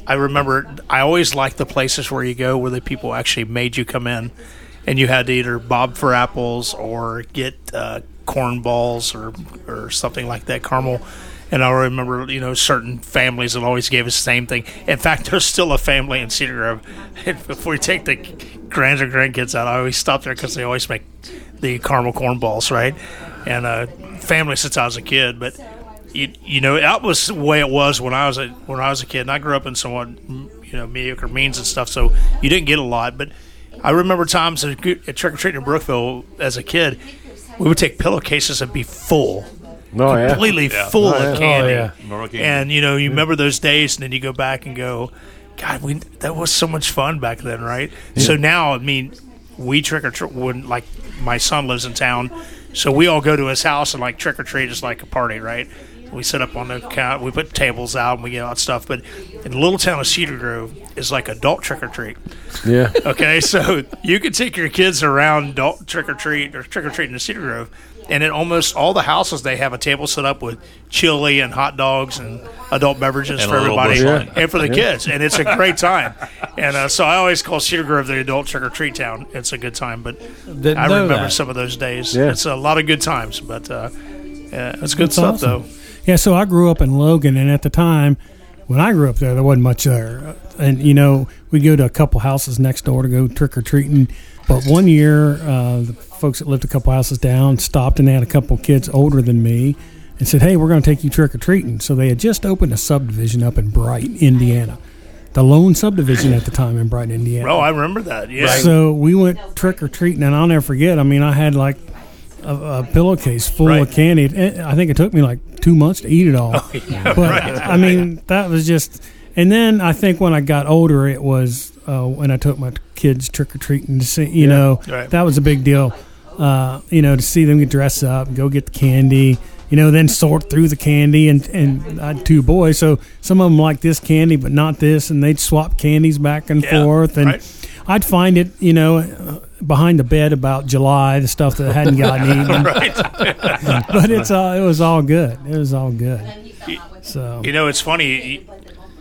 F: I remember I always liked the places where you go where the people actually made you come in, and you had to either bob for apples or get uh, corn balls or or something like that, caramel. And I remember, you know, certain families that always gave us the same thing. In fact, there's still a family in Cedar Grove. If we take the grands or grandkids out, I always stop there because they always make the caramel corn balls, right? And uh, family since I was a kid, but you, you know that was the way it was when I was a when I was a kid, and I grew up in somewhat mm, you know mediocre means and stuff, so you didn't get a lot. But I remember times at trick or treating in Brookville as a kid, we would take pillowcases and be full,
G: No, yeah.
F: completely full
G: Oh, yeah.
F: of candy.
E: yeah.
H: Moroccan.
F: And you know you remember those days, and then you go back and go, God, we that was so much fun back then, right? So now, I mean, we trick or treat when like my son lives in town, so we all go to his house and like trick or treat is like a party, right? We sit up on the couch, we put tables out, and we get out stuff. But in the little town of Cedar Grove is like adult trick or treat.
G: Yeah.
F: Okay, so you can take your kids around adult trick or treat or trick or treating to Cedar Grove, and in almost all the houses they have a table set up with chili and hot dogs and adult beverages
H: And a
F: for
H: little
F: everybody
H: bush light.
F: and for the kids, and it's a great time. And uh, so I always call Cedar Grove the adult trick or treat town. It's a good time, but
E: Didn't
F: I
E: know
F: remember
E: that.
F: some of those days.
G: Yeah.
F: It's a lot of good times, but uh, yeah, it's good
D: That's
F: stuff
D: awesome.
F: though.
D: Yeah, so I grew up in Logan, and at the time when I grew up there, there wasn't much there. And, you know, we'd go to a couple houses next door to go trick or treating. But one year, uh, the folks that lived a couple houses down stopped, and they had a couple kids older than me and said, Hey, we're going to take you trick or treating. So they had just opened a subdivision up in Bright, Indiana. The lone subdivision at the time in Bright, Indiana.
F: Oh, I remember that. Yeah,
D: So we went trick or treating, and I'll never forget. I mean, I had like a, a pillowcase full
F: Right.
D: of candy. It- I think it took me like two months to eat it all.
F: Oh,
D: but I mean, that was just. And then I think when I got older, it was uh, when I took my kids trick or treating to see. You know,
F: right.
D: that was a big deal. Uh, you know, to see them get dressed up, go get the candy. You know, then sort through the candy, and and I had two boys, so some of them liked this candy, but not this, and they'd swap candies back and
F: Yeah,
D: forth, and
F: right.
D: I'd find it, you know, uh, behind the bed about July, the stuff that I hadn't gotten eaten. But it's all, it was all good. It was all good. So
F: You know, it's funny. You,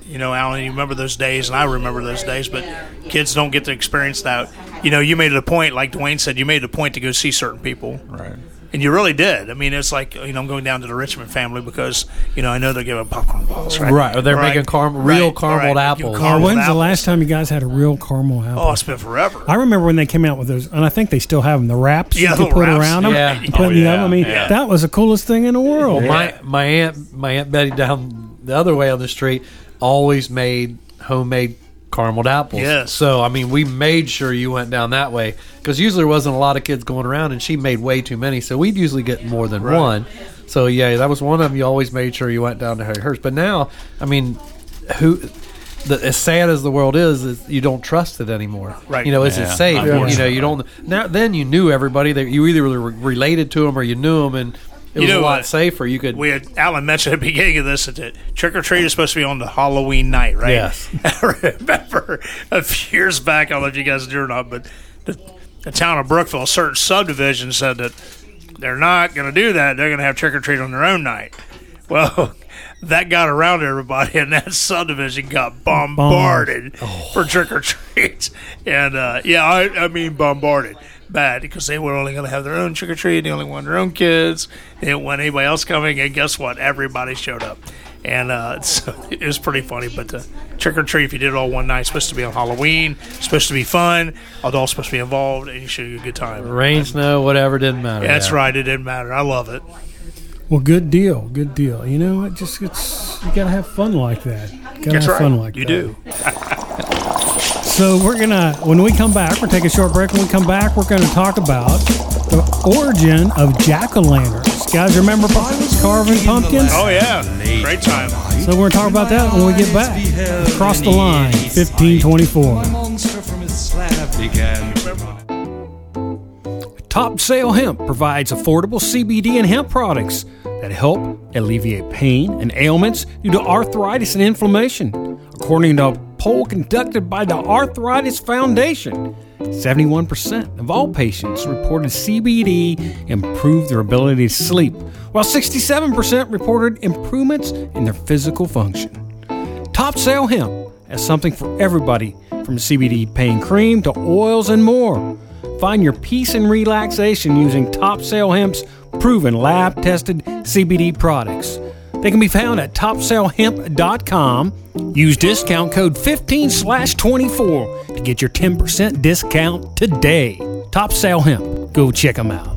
F: you know, Alan, you remember those days, and I remember those days, but kids don't get to experience that. You know, you made it a point, like Dwayne said, you made it a point to go see certain people.
H: Right.
F: And you really did. I mean, it's like, you know, I'm going down to the Richmond family because, you know, I know they're giving popcorn balls, right?
E: Right, or they're making caram- real carameled
F: They give
E: apples.
F: carameled
D: when's the
F: apples.
D: last time you guys had a real caramel apple?
F: Oh, it's been forever.
D: I remember when they came out with those, and I think they still have them. The wraps
F: Yeah,
D: you could
F: the
D: put
F: wraps.
D: around them.
E: Yeah.
D: and put
H: Oh,
D: in the
H: yeah,
D: oven. I mean,
H: yeah.
D: that was the coolest thing in the world.
E: My my aunt my aunt Betty down the other way on the street always made homemade carameled apples.
F: Yes.
E: So I mean, we made sure you went down that way because usually there wasn't a lot of kids going around, and she made way too many. So we'd usually get more than one. So yeah, that was one of them. You always made sure you went down to hers. But now, I mean, who? The, as sad as the world is, is, you don't trust it anymore.
F: Right.
E: You know, is
H: Yeah,
E: it safe? You know,
H: unfortunately.
E: you don't. Now, then you knew everybody that you either were related to them or you knew them, and
F: You
E: it was
F: know
E: a lot
F: what?
E: safer. You could
F: we had Alan mentioned at the beginning of this that the trick or treat is supposed to be on the Halloween night, right?
E: Yes.
F: I remember a few years back. I don't know if you guys do or not, but the, the town of Brookville, a certain subdivision said that they're not going to do that. They're going to have trick or treat on their own night. Well. That got around everybody, and that subdivision got bombarded for trick or treats. And uh, yeah, I, I mean bombarded bad because they were only going to have their own trick or treat. They only wanted their own kids. They didn't want anybody else coming. And guess what? Everybody showed up, and uh, so it was pretty funny. But the trick or treat, if you did it all one night, it's supposed to be on Halloween, it's supposed to be fun, adults supposed to be involved, and you should have a good time.
E: Rain, snow, whatever, didn't matter.
F: That's
E: Yeah.
F: right. It didn't matter. I love it.
D: Well, good deal, good deal. You know, it just it's you gotta have fun like that. Gotta
F: That's
D: have
F: right.
D: fun like
F: you
D: that.
F: do.
D: So we're gonna when we come back, we're taking a short break. When we come back, we're gonna talk about the origin of jack o' lanterns. Guys, remember carving pumpkins?
F: Oh yeah, great time.
D: So we're going to talk about that when we get back. Across the line, 1524.
C: My monster from his slab began.
D: Top Sail Hemp provides affordable CBD and hemp products that help alleviate pain and ailments due to arthritis and inflammation. According to a poll conducted by the Arthritis Foundation, 71% of all patients reported CBD improved their ability to sleep, while 67% reported improvements in their physical function. Top Sail Hemp has something for everybody from CBD pain cream to oils and more. Find your peace and relaxation using Top Sail Hemp's proven lab tested CBD products. They can be found at topsailhemp.com. Use discount code 15 slash 24 to get your 10% discount today. Top Sail Hemp. Go check them out.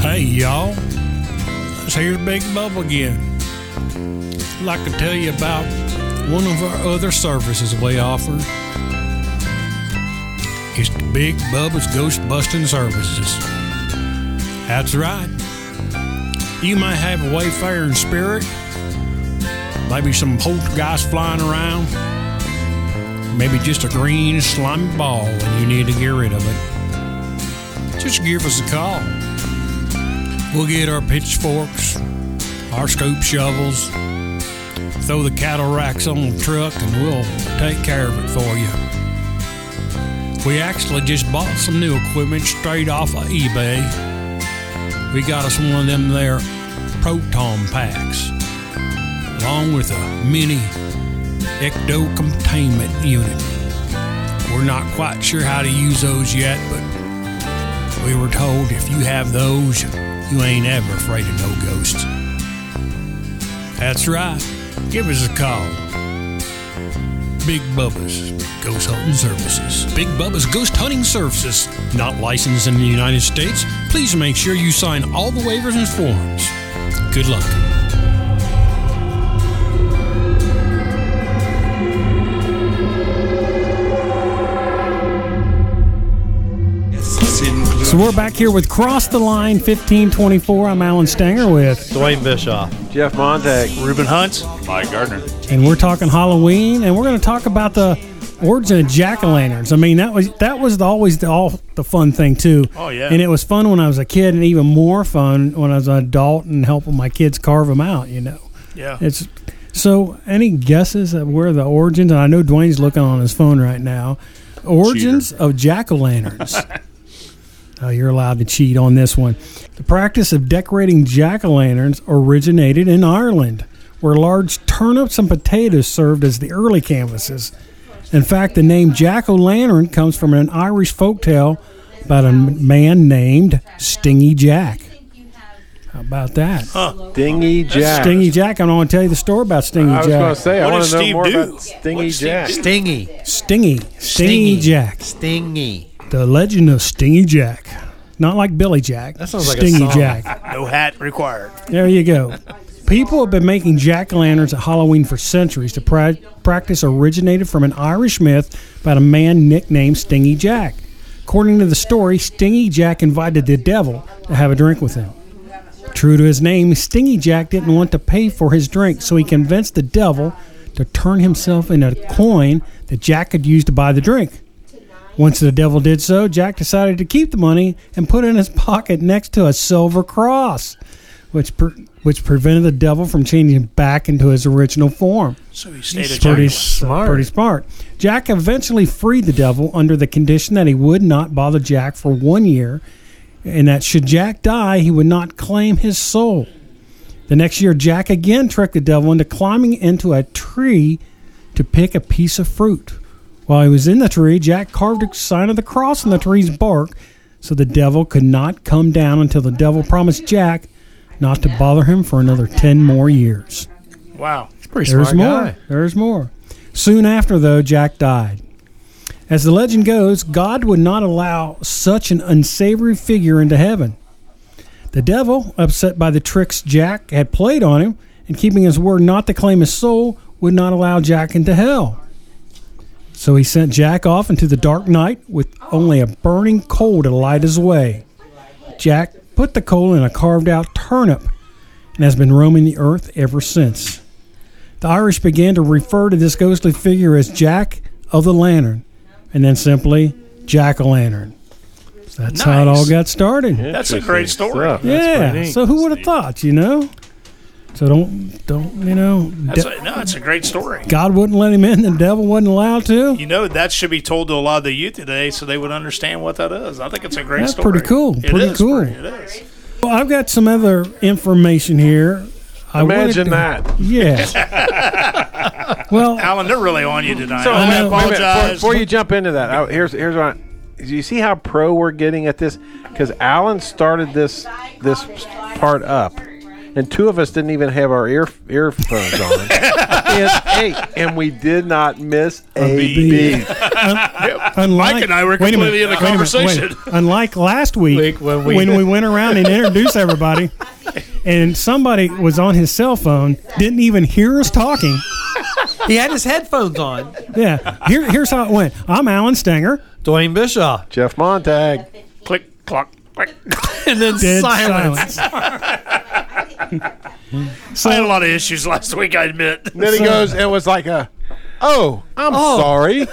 A: Hey, y'all. It's here's Big Bubble again. I'd like to tell you about one of our other services we offer. It's the Big Bubba's Ghost Busting Services. That's right. You might have a wayfaring spirit, maybe some poltergeist flying around, maybe just a green slimy ball and you need to get rid of it. Just give us a call. We'll get our pitchforks, our scoop shovels, throw the cattle racks on the truck, and we'll take care of it for you. We actually just bought some new equipment straight off of eBay. We got us one of them there proton packs, along with a mini ecto containment unit. We're not quite sure how to use those yet, but we were told if you have those, you ain't ever afraid of no ghosts. That's right. Give us a call. Big Bubba's Ghost Hunting Services. Big Bubba's Ghost Hunting Services. Not licensed in the United States. Please make sure you sign all the waivers and forms. Good luck.
D: So we're back here with Cross the Line 1524. I'm Alan Stanger with,
E: Dwayne Bischoff.
G: Jeff Montag.
F: Reuben Hunt.
H: Mike Gardner.
D: and we're talking Halloween, and we're going to talk about the origin of jack o' lanterns. I mean, that was that was the, always the, all the fun thing too.
F: Oh, yeah.
D: and it was fun when I was a kid, and even more fun when I was an adult and helping my kids carve them out. You know,
F: Yeah.
D: it's so. Any guesses of where the origins? And I know Dwayne's looking on his phone right now. Origins of jack o' lanterns. Oh, you're allowed to cheat on this one. The practice of decorating jack o' lanterns originated in Ireland, where large turnips and potatoes served as the early canvases. In fact, the name jack o' lantern comes from an Irish folktale about a m- man named Stingy Jack. How about that?
G: Dingy Jack.
D: Stingy Jack. I'm going to tell you the story about Stingy
G: I was going
D: Jack.
G: to say, I
F: What
G: want
F: did
G: to know
F: Steve
G: more
F: do?
G: about Stingy
F: What did Steve
G: Jack.
E: Stingy.
D: Stingy. Stingy Jack.
E: Stingy.
D: The legend of Stingy Jack. Not like Billy Jack.
E: That sounds like a
D: Stingy
E: song.
D: Jack.
F: No hat required.
D: There you go. People have been making jack o' lanterns at Halloween for centuries. The pra- practice originated from an Irish myth about a man nicknamed Stingy Jack. According to the story, Stingy Jack invited the devil to have a drink with him. True to his name, Stingy Jack didn't want to pay for his drink, so he convinced the devil to turn himself into a coin that Jack could use to buy the drink. Once the devil did so, Jack decided to keep the money and put it in his pocket next to a silver cross, which pre- which prevented the devil from changing back into his original form.
F: So he stayed a
D: pretty
F: jack.
D: smart. Pretty smart. Jack eventually freed the devil under the condition that he would not bother Jack for one year, and that should Jack die, he would not claim his soul. The next year, Jack again tricked the devil into climbing into a tree to pick a piece of fruit. While he was in the tree, Jack carved a sign of the cross on the tree's bark so the devil could not come down until the devil promised Jack not to bother him for another 10 more years.
F: Wow.
E: Pretty
D: There's more. There's more. Soon after, though, Jack died. As the legend goes, God would not allow such an unsavory figure into heaven. The devil, upset by the tricks Jack had played on him and keeping his word not to claim his soul, would not allow Jack into hell. So he sent Jack off into the dark night with only a burning coal to light his way. Jack put the coal in a carved out turnip and has been roaming the earth ever since. The Irish began to refer to this ghostly figure as Jack of the Lantern and then simply Jack o' Lantern. So that's how it all
F: Nice.
D: got started.
F: That's a great
G: Interesting
F: story.
G: stuff.
D: Yeah.
G: pretty neat.
D: So who would have thought, you know? So don't, don't, you know,
F: That's
D: de-
F: a, no, it's a great story.
D: God wouldn't let him in. The devil wasn't allowed to.
F: You know that should be told to a lot of the youth today, so they would understand what that is. I think it's a great
D: That's
F: story.
D: pretty cool.
F: It
D: Pretty
F: is
D: cool.
F: pretty- it is.
D: Well, I've got some other information here. I wanted
G: Imagine
D: to-
G: that.
D: Yeah. well,
F: Alan, they're really on you tonight.
G: So uh,
F: I
G: wait a minute, wait a minute. Before-
F: apologize.
G: Before you jump into that, I, here's here's what. I, do you see how pro we're getting at this? Because Alan started this this part up, and two of us didn't even have our ear earphones on. and, hey, and we did not miss a
D: beat.
G: beat.
D: unlike,
F: Mike and I were
D: wait a minute,
F: completely in the
D: wait a minute, wait a
F: conversation.
D: minute. Unlike last week,
E: Week
D: when,
E: when
D: we,
E: we-
D: went around and introduced everybody, and somebody was on his cell phone, didn't even hear us talking.
E: He had his headphones on.
D: Yeah. Here, here's how it went. I'm Alan Stenger.
E: Dwayne Bischoff.
G: Jeff Montag.
F: Click, clock, click.
E: And then
D: Dead
E: silence.
D: silence.
F: I had a lot of issues last week, I admit.
G: Then he goes and was like a, oh, I'm sorry.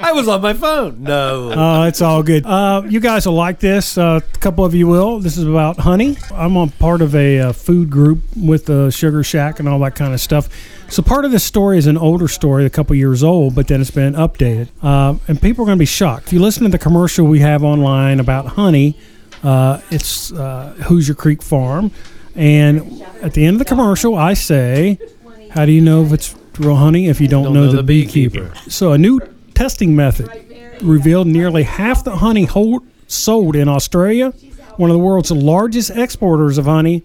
E: I was on my phone. No.
D: Uh, it's all good. Uh, you guys will like this. Uh, a couple of you will. This is about honey. I'm on part of a uh, food group with the Sugar Shack and all that kind of stuff. So part of this story is an older story, a couple years old, but then it's been updated. Uh, and people are going to be shocked. If you listen to the commercial we have online about honey, uh, it's uh, Hoosier Creek Farm. And at the end of the commercial, I say, How do you know if it's real honey if you don't, know, the, beekeeper? So, a new testing method revealed nearly half the honey hold, sold in Australia, one of the world's largest exporters of honey,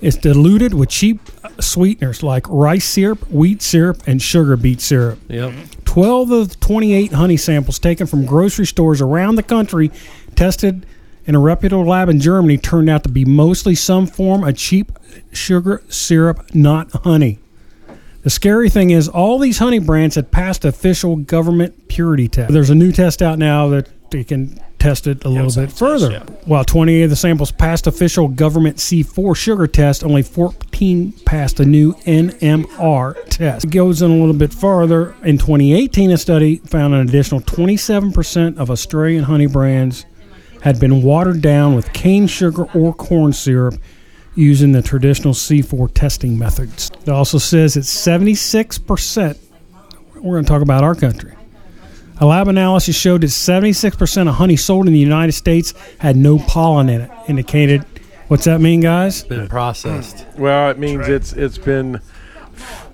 D: is diluted with cheap uh, sweeteners like rice syrup, wheat syrup, and sugar beet syrup.
E: Yep.
D: 12 of the 28 honey samples taken from grocery stores around the country, tested in a reputable lab in Germany, turned out to be mostly some form of cheap sugar syrup, not honey. The scary thing is, all these honey brands had passed official government purity test. There's a new test out now that they can test it a little bit further. While 28 of the samples passed official government C4 sugar test, only 14 passed the new NMR test. It goes in a little bit farther. In 2018, a study found an additional 27% of Australian honey brands had been watered down with cane sugar or corn syrup using the traditional C4 testing methods. It also says it's 76%. We're going to talk about our country. A lab analysis showed that 76% of honey sold in the United States had no pollen in it, indicated. What's that mean, guys?
E: Been processed.
G: Well, it means it's it's been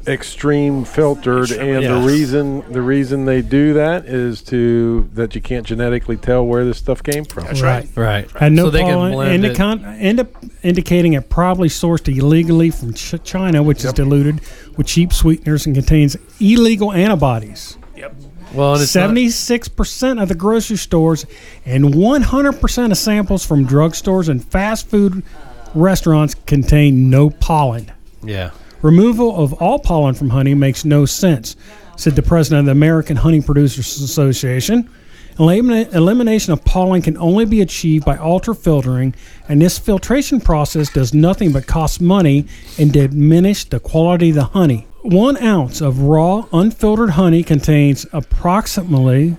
G: extreme filtered, and
E: yes.
G: the reason the reason they do that is to that you can't genetically tell where this stuff came from.
D: right.
E: Right.
D: Had no
E: so they can
D: pollen,
E: blend it.
D: indicon- indi- indicating it probably sourced illegally from Ch- China, which is diluted with cheap sweeteners and contains illegal antibodies.
E: well, and it's not-
D: Seventy-six percent of the grocery stores and one hundred percent of samples from drugstores and fast food restaurants contain no pollen.
E: yeah.
D: Removal of all pollen from honey makes no sense, said the president of the American Honey Producers Association. Elimina- Elimination of pollen can only be achieved by ultra filtering, and this filtration process does nothing but cost money and diminish the quality of the honey. One ounce of raw, unfiltered honey contains approximately.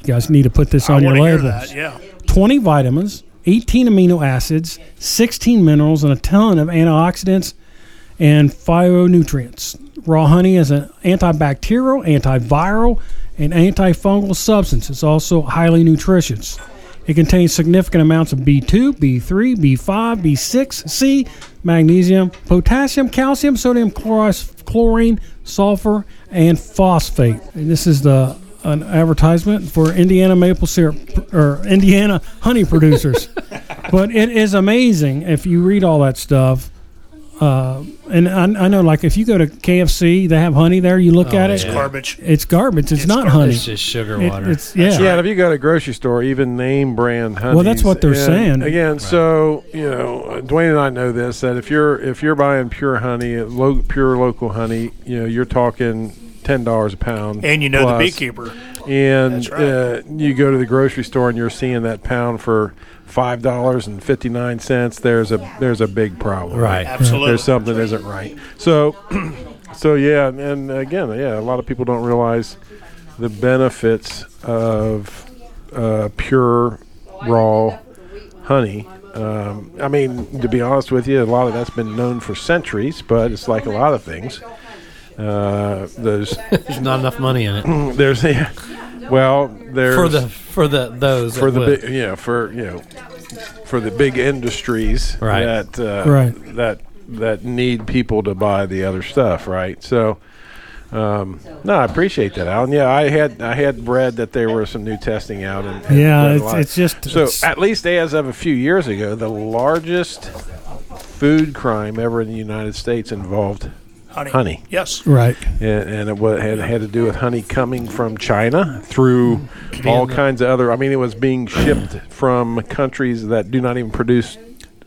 D: You guys need to put this
F: I
D: on your
F: want to hear
D: labels.
F: that. Yeah.
D: 20 vitamins, 18 amino acids, 16 minerals, and a ton of antioxidants and phytonutrients. Raw honey is an antibacterial, antiviral, and antifungal substance. It's also highly nutritious. It contains significant amounts of B2, B3, B5, B6, C, magnesium, potassium, calcium, sodium chloride, chlorine, sulfur, and phosphate. And this is the an advertisement for Indiana maple syrup or Indiana honey producers. but it is amazing if you read all that stuff. Uh, and I, I know, like, if you go to KFC, they have honey there. You look at it,
F: Garbage.
D: it's garbage. Oh, It's, not
E: It's
D: honey.
E: just sugar
D: It-
E: water.
D: it's yeah.
G: Yeah, and if you go to a grocery store, even name brand honey.
D: that's what they're saying.
G: Again, so you know, uh, Dwayne and I know this that if you're if you're buying pure honey, lo- pure local honey, you know, you're talking ten dollars a pound.
F: And you know the
G: plus.
F: beekeeper.
G: And
F: That's right.
G: uh, you go to the grocery store and you're seeing that pound for five dollars and fifty nine cents. There's a there's a big problem.
E: Right.
F: Absolutely.
G: There's something that isn't right. So, so yeah, and again, yeah, a lot of people don't realize the benefits of uh, pure raw honey. Um, I mean, to be honest with you, a lot of that's been known for centuries, but it's like a lot of things. Uh, there's,
E: There's not enough money in it
G: there's, yeah, well, there's
E: for the for the those
G: for
E: that
G: the
E: would.
G: big, you know, for you know, for the big industries
E: Right.
G: that uh,
D: Right.
G: that that need people to buy the other stuff, right? So, um, no, I appreciate that, Alan. Yeah, I had I had read that there was some new testing out, and, and
D: Yeah,
G: read a
D: it's-
G: lot.
D: it's just-
G: so
D: it's-
G: at least as of a few years ago, the largest food crime ever in the United States involved
F: honey.
G: honey
F: Yes.
D: Right.
G: and, and it wa had had to do with honey coming from China through all kinds of other. I mean, it was being shipped from countries that do not even produce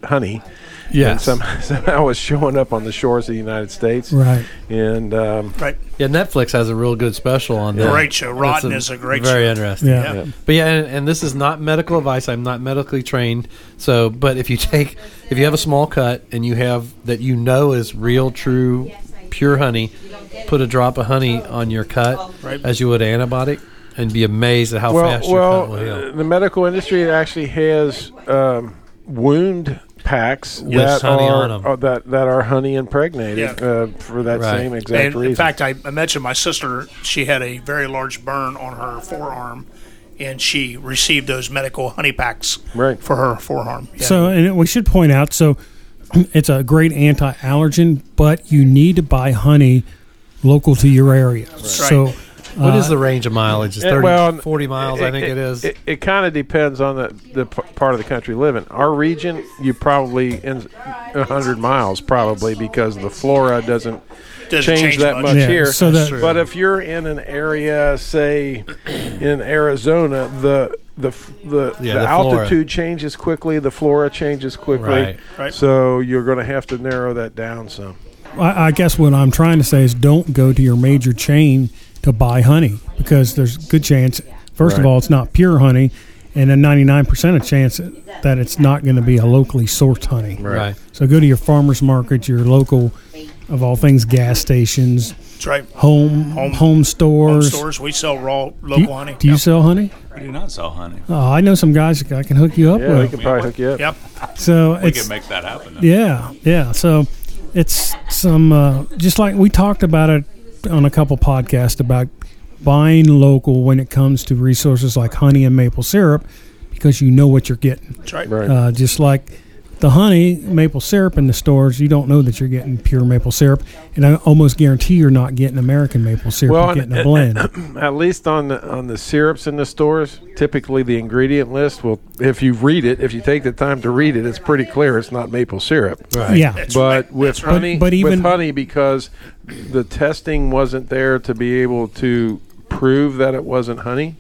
G: honey. And
E: Yes.
G: some, somehow it's showing up on the shores of the United States.
D: Right.
G: And um,
F: Right.
E: yeah, Netflix has a real good special on that.
F: Great show.
E: That's
F: Rotten is a great
E: very
F: show.
E: interesting.
D: Yeah.
F: Yeah.
E: But yeah, and, and this is not medical advice. I'm not medically trained. So, but if you take, if you have a small cut and you have that you know is real, true, pure honey, put a drop of honey on your cut
F: Right.
E: as you would an antibiotic, and be amazed at how
G: well,
E: fast your cut
G: well,
E: will
G: uh,
E: heal.
G: the medical industry actually has um, wound packs
E: Yes,
G: that
E: honey
G: are
E: on 'em.
G: uh, that that are honey impregnated
F: Yeah.
G: uh, for that
E: Right.
G: same exact
F: And
G: reason.
F: in fact, I, I mentioned my sister. She had a very large burn on her forearm, and she received those medical honey packs
G: Right.
F: for her forearm. Yeah.
D: So, and we should point out so it's a great anti allergen, but you need to buy honey local to your area. So,
F: right.
E: what is the range of mileage? It's
G: Yeah,
E: 30,
G: uh, Eh, well,
E: 40 miles, I think it is.
G: It, it kind of depends on the, the p- part of the country you live in. Our region, you probably in a hundred miles, probably because the flora doesn't,
F: Doesn't
G: change,
F: change
G: that
F: much.
G: much,
D: Yeah,
G: here.
D: so That's that- true.
G: but if you're in an area, say in Arizona, the the f- the,
E: Yeah,
G: the,
E: the flora.
G: altitude changes quickly, the flora changes quickly,
E: Right.
F: Right.
G: so you're going to have to narrow that down some.
D: I, I guess what I'm trying to say is don't go to your major chain to buy honey because there's a good chance, first of
G: Right.
D: all, it's not pure honey, and a 99% of chance that it's not going to be a locally sourced honey.
E: right.
D: So go to your farmer's market, your local, of all things, gas stations,
F: That's right.
D: home home,
F: Home- Home
D: stores.
F: stores. We sell raw local
D: Do you,
F: honey.
D: do you
F: Yep.
D: sell honey?
H: We do not sell honey.
D: Oh, I know some guys that I can hook you up
G: Yeah, we
D: with.
G: can probably hook you up.
F: Yep.
D: So
H: We
D: it's
H: can make that happen.
D: yeah, yeah. So it's some uh, just like we talked about it on a couple podcasts about buying local when it comes to resources like honey and maple syrup because you know what you're getting.
F: That's right.
G: Right.
D: Uh, just like the honey, maple syrup in the stores, you don't know that you're getting pure maple syrup, and I almost guarantee you're not getting American maple syrup.
G: Well,
D: you're
G: and-
D: getting a blend.
G: at least on the on the syrups in the stores, typically the ingredient list will if you read it, if you take the time to read it, it's pretty clear it's not maple syrup.
E: Right.
D: yeah,
G: But with
F: right.
G: honey,
D: But- but even-
G: with honey, because the testing wasn't there to be able to prove that it wasn't honey,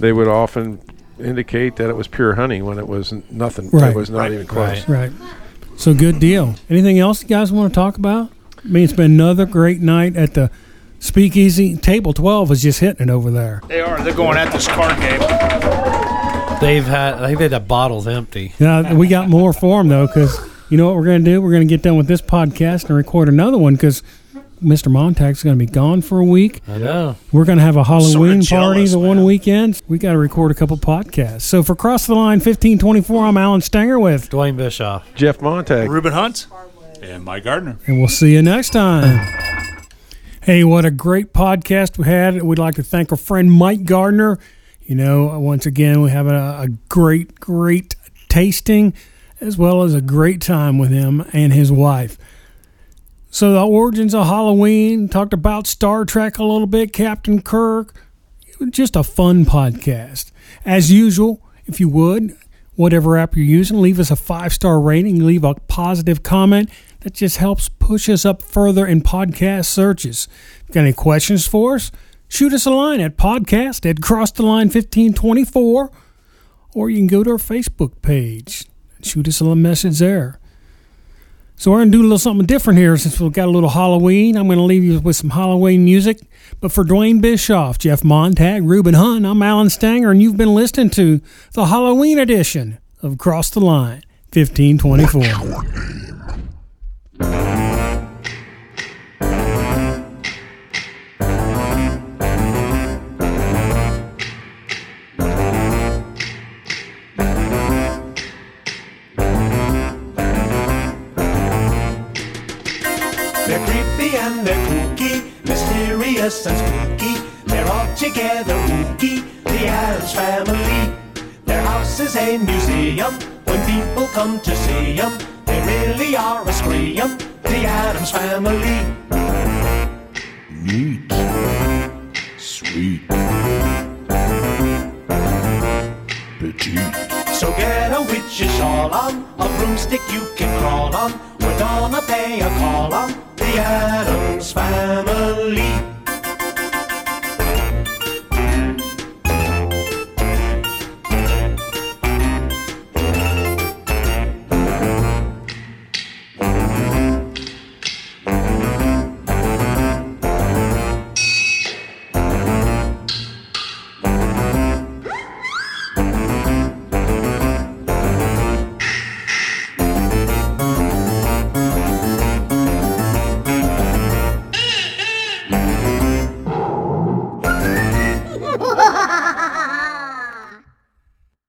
G: they would often indicate that it was pure honey when it was n- nothing.
D: Right.
G: It was not even close.
E: Right.
D: right. So good deal. Anything else you guys want to talk about? I mean, it's been another great night at the Speakeasy. Table twelve is just hitting it over there.
F: They are. They're going at this card game.
E: They've had, I think they had the bottles empty.
D: Yeah, we got more for him though, because you know what we're going to do? We're going to get done with this podcast and record another one because Mr. Montag's going to be gone for a week.
E: I know.
D: We're going to have a Halloween
F: jealous,
D: party the one
F: man.
D: weekend. We got to record a couple podcasts. So for Cross the Line 1524, I'm Alan Stenger with,
E: Dwayne Bischoff.
G: Jeff Montag.
F: Reuben Hunt.
H: And my gardener.
D: and we'll see you next time. Hey, what a great podcast we had. We'd like to thank our friend Mike Gardner. You know, once again, we have a, a great, great tasting as well as a great time with him and his wife. So, the origins of Halloween, talked about Star Trek a little bit, Captain Kirk. Just a fun podcast. As usual, if you would, whatever app you're using, leave us a five star rating, leave a positive comment. That just helps push us up further in podcast searches. Got any questions for us? Shoot us a line at podcast at crosstheline1524, or you can go to our Facebook page and shoot us a little message there.
A: So we're gonna do a little something different here since we've got a little Halloween. I'm gonna leave you with some Halloween music. But for Dwayne Bischoff, Jeff Montag, Ruben Hunt, I'm Alan Stanger, and you've been listening to the Halloween edition of Cross the Line 1524.
N: They're creepy and they're kooky, mysterious and spooky. They're all together ooky, the Adams family. Their house is a museum when people come to see 'em, They really are a scream, the Adams family.
H: Neat. Sweet. Petite.
N: So get a witch's shawl on, a broomstick you can crawl on. We're gonna pay a call on the Adams family.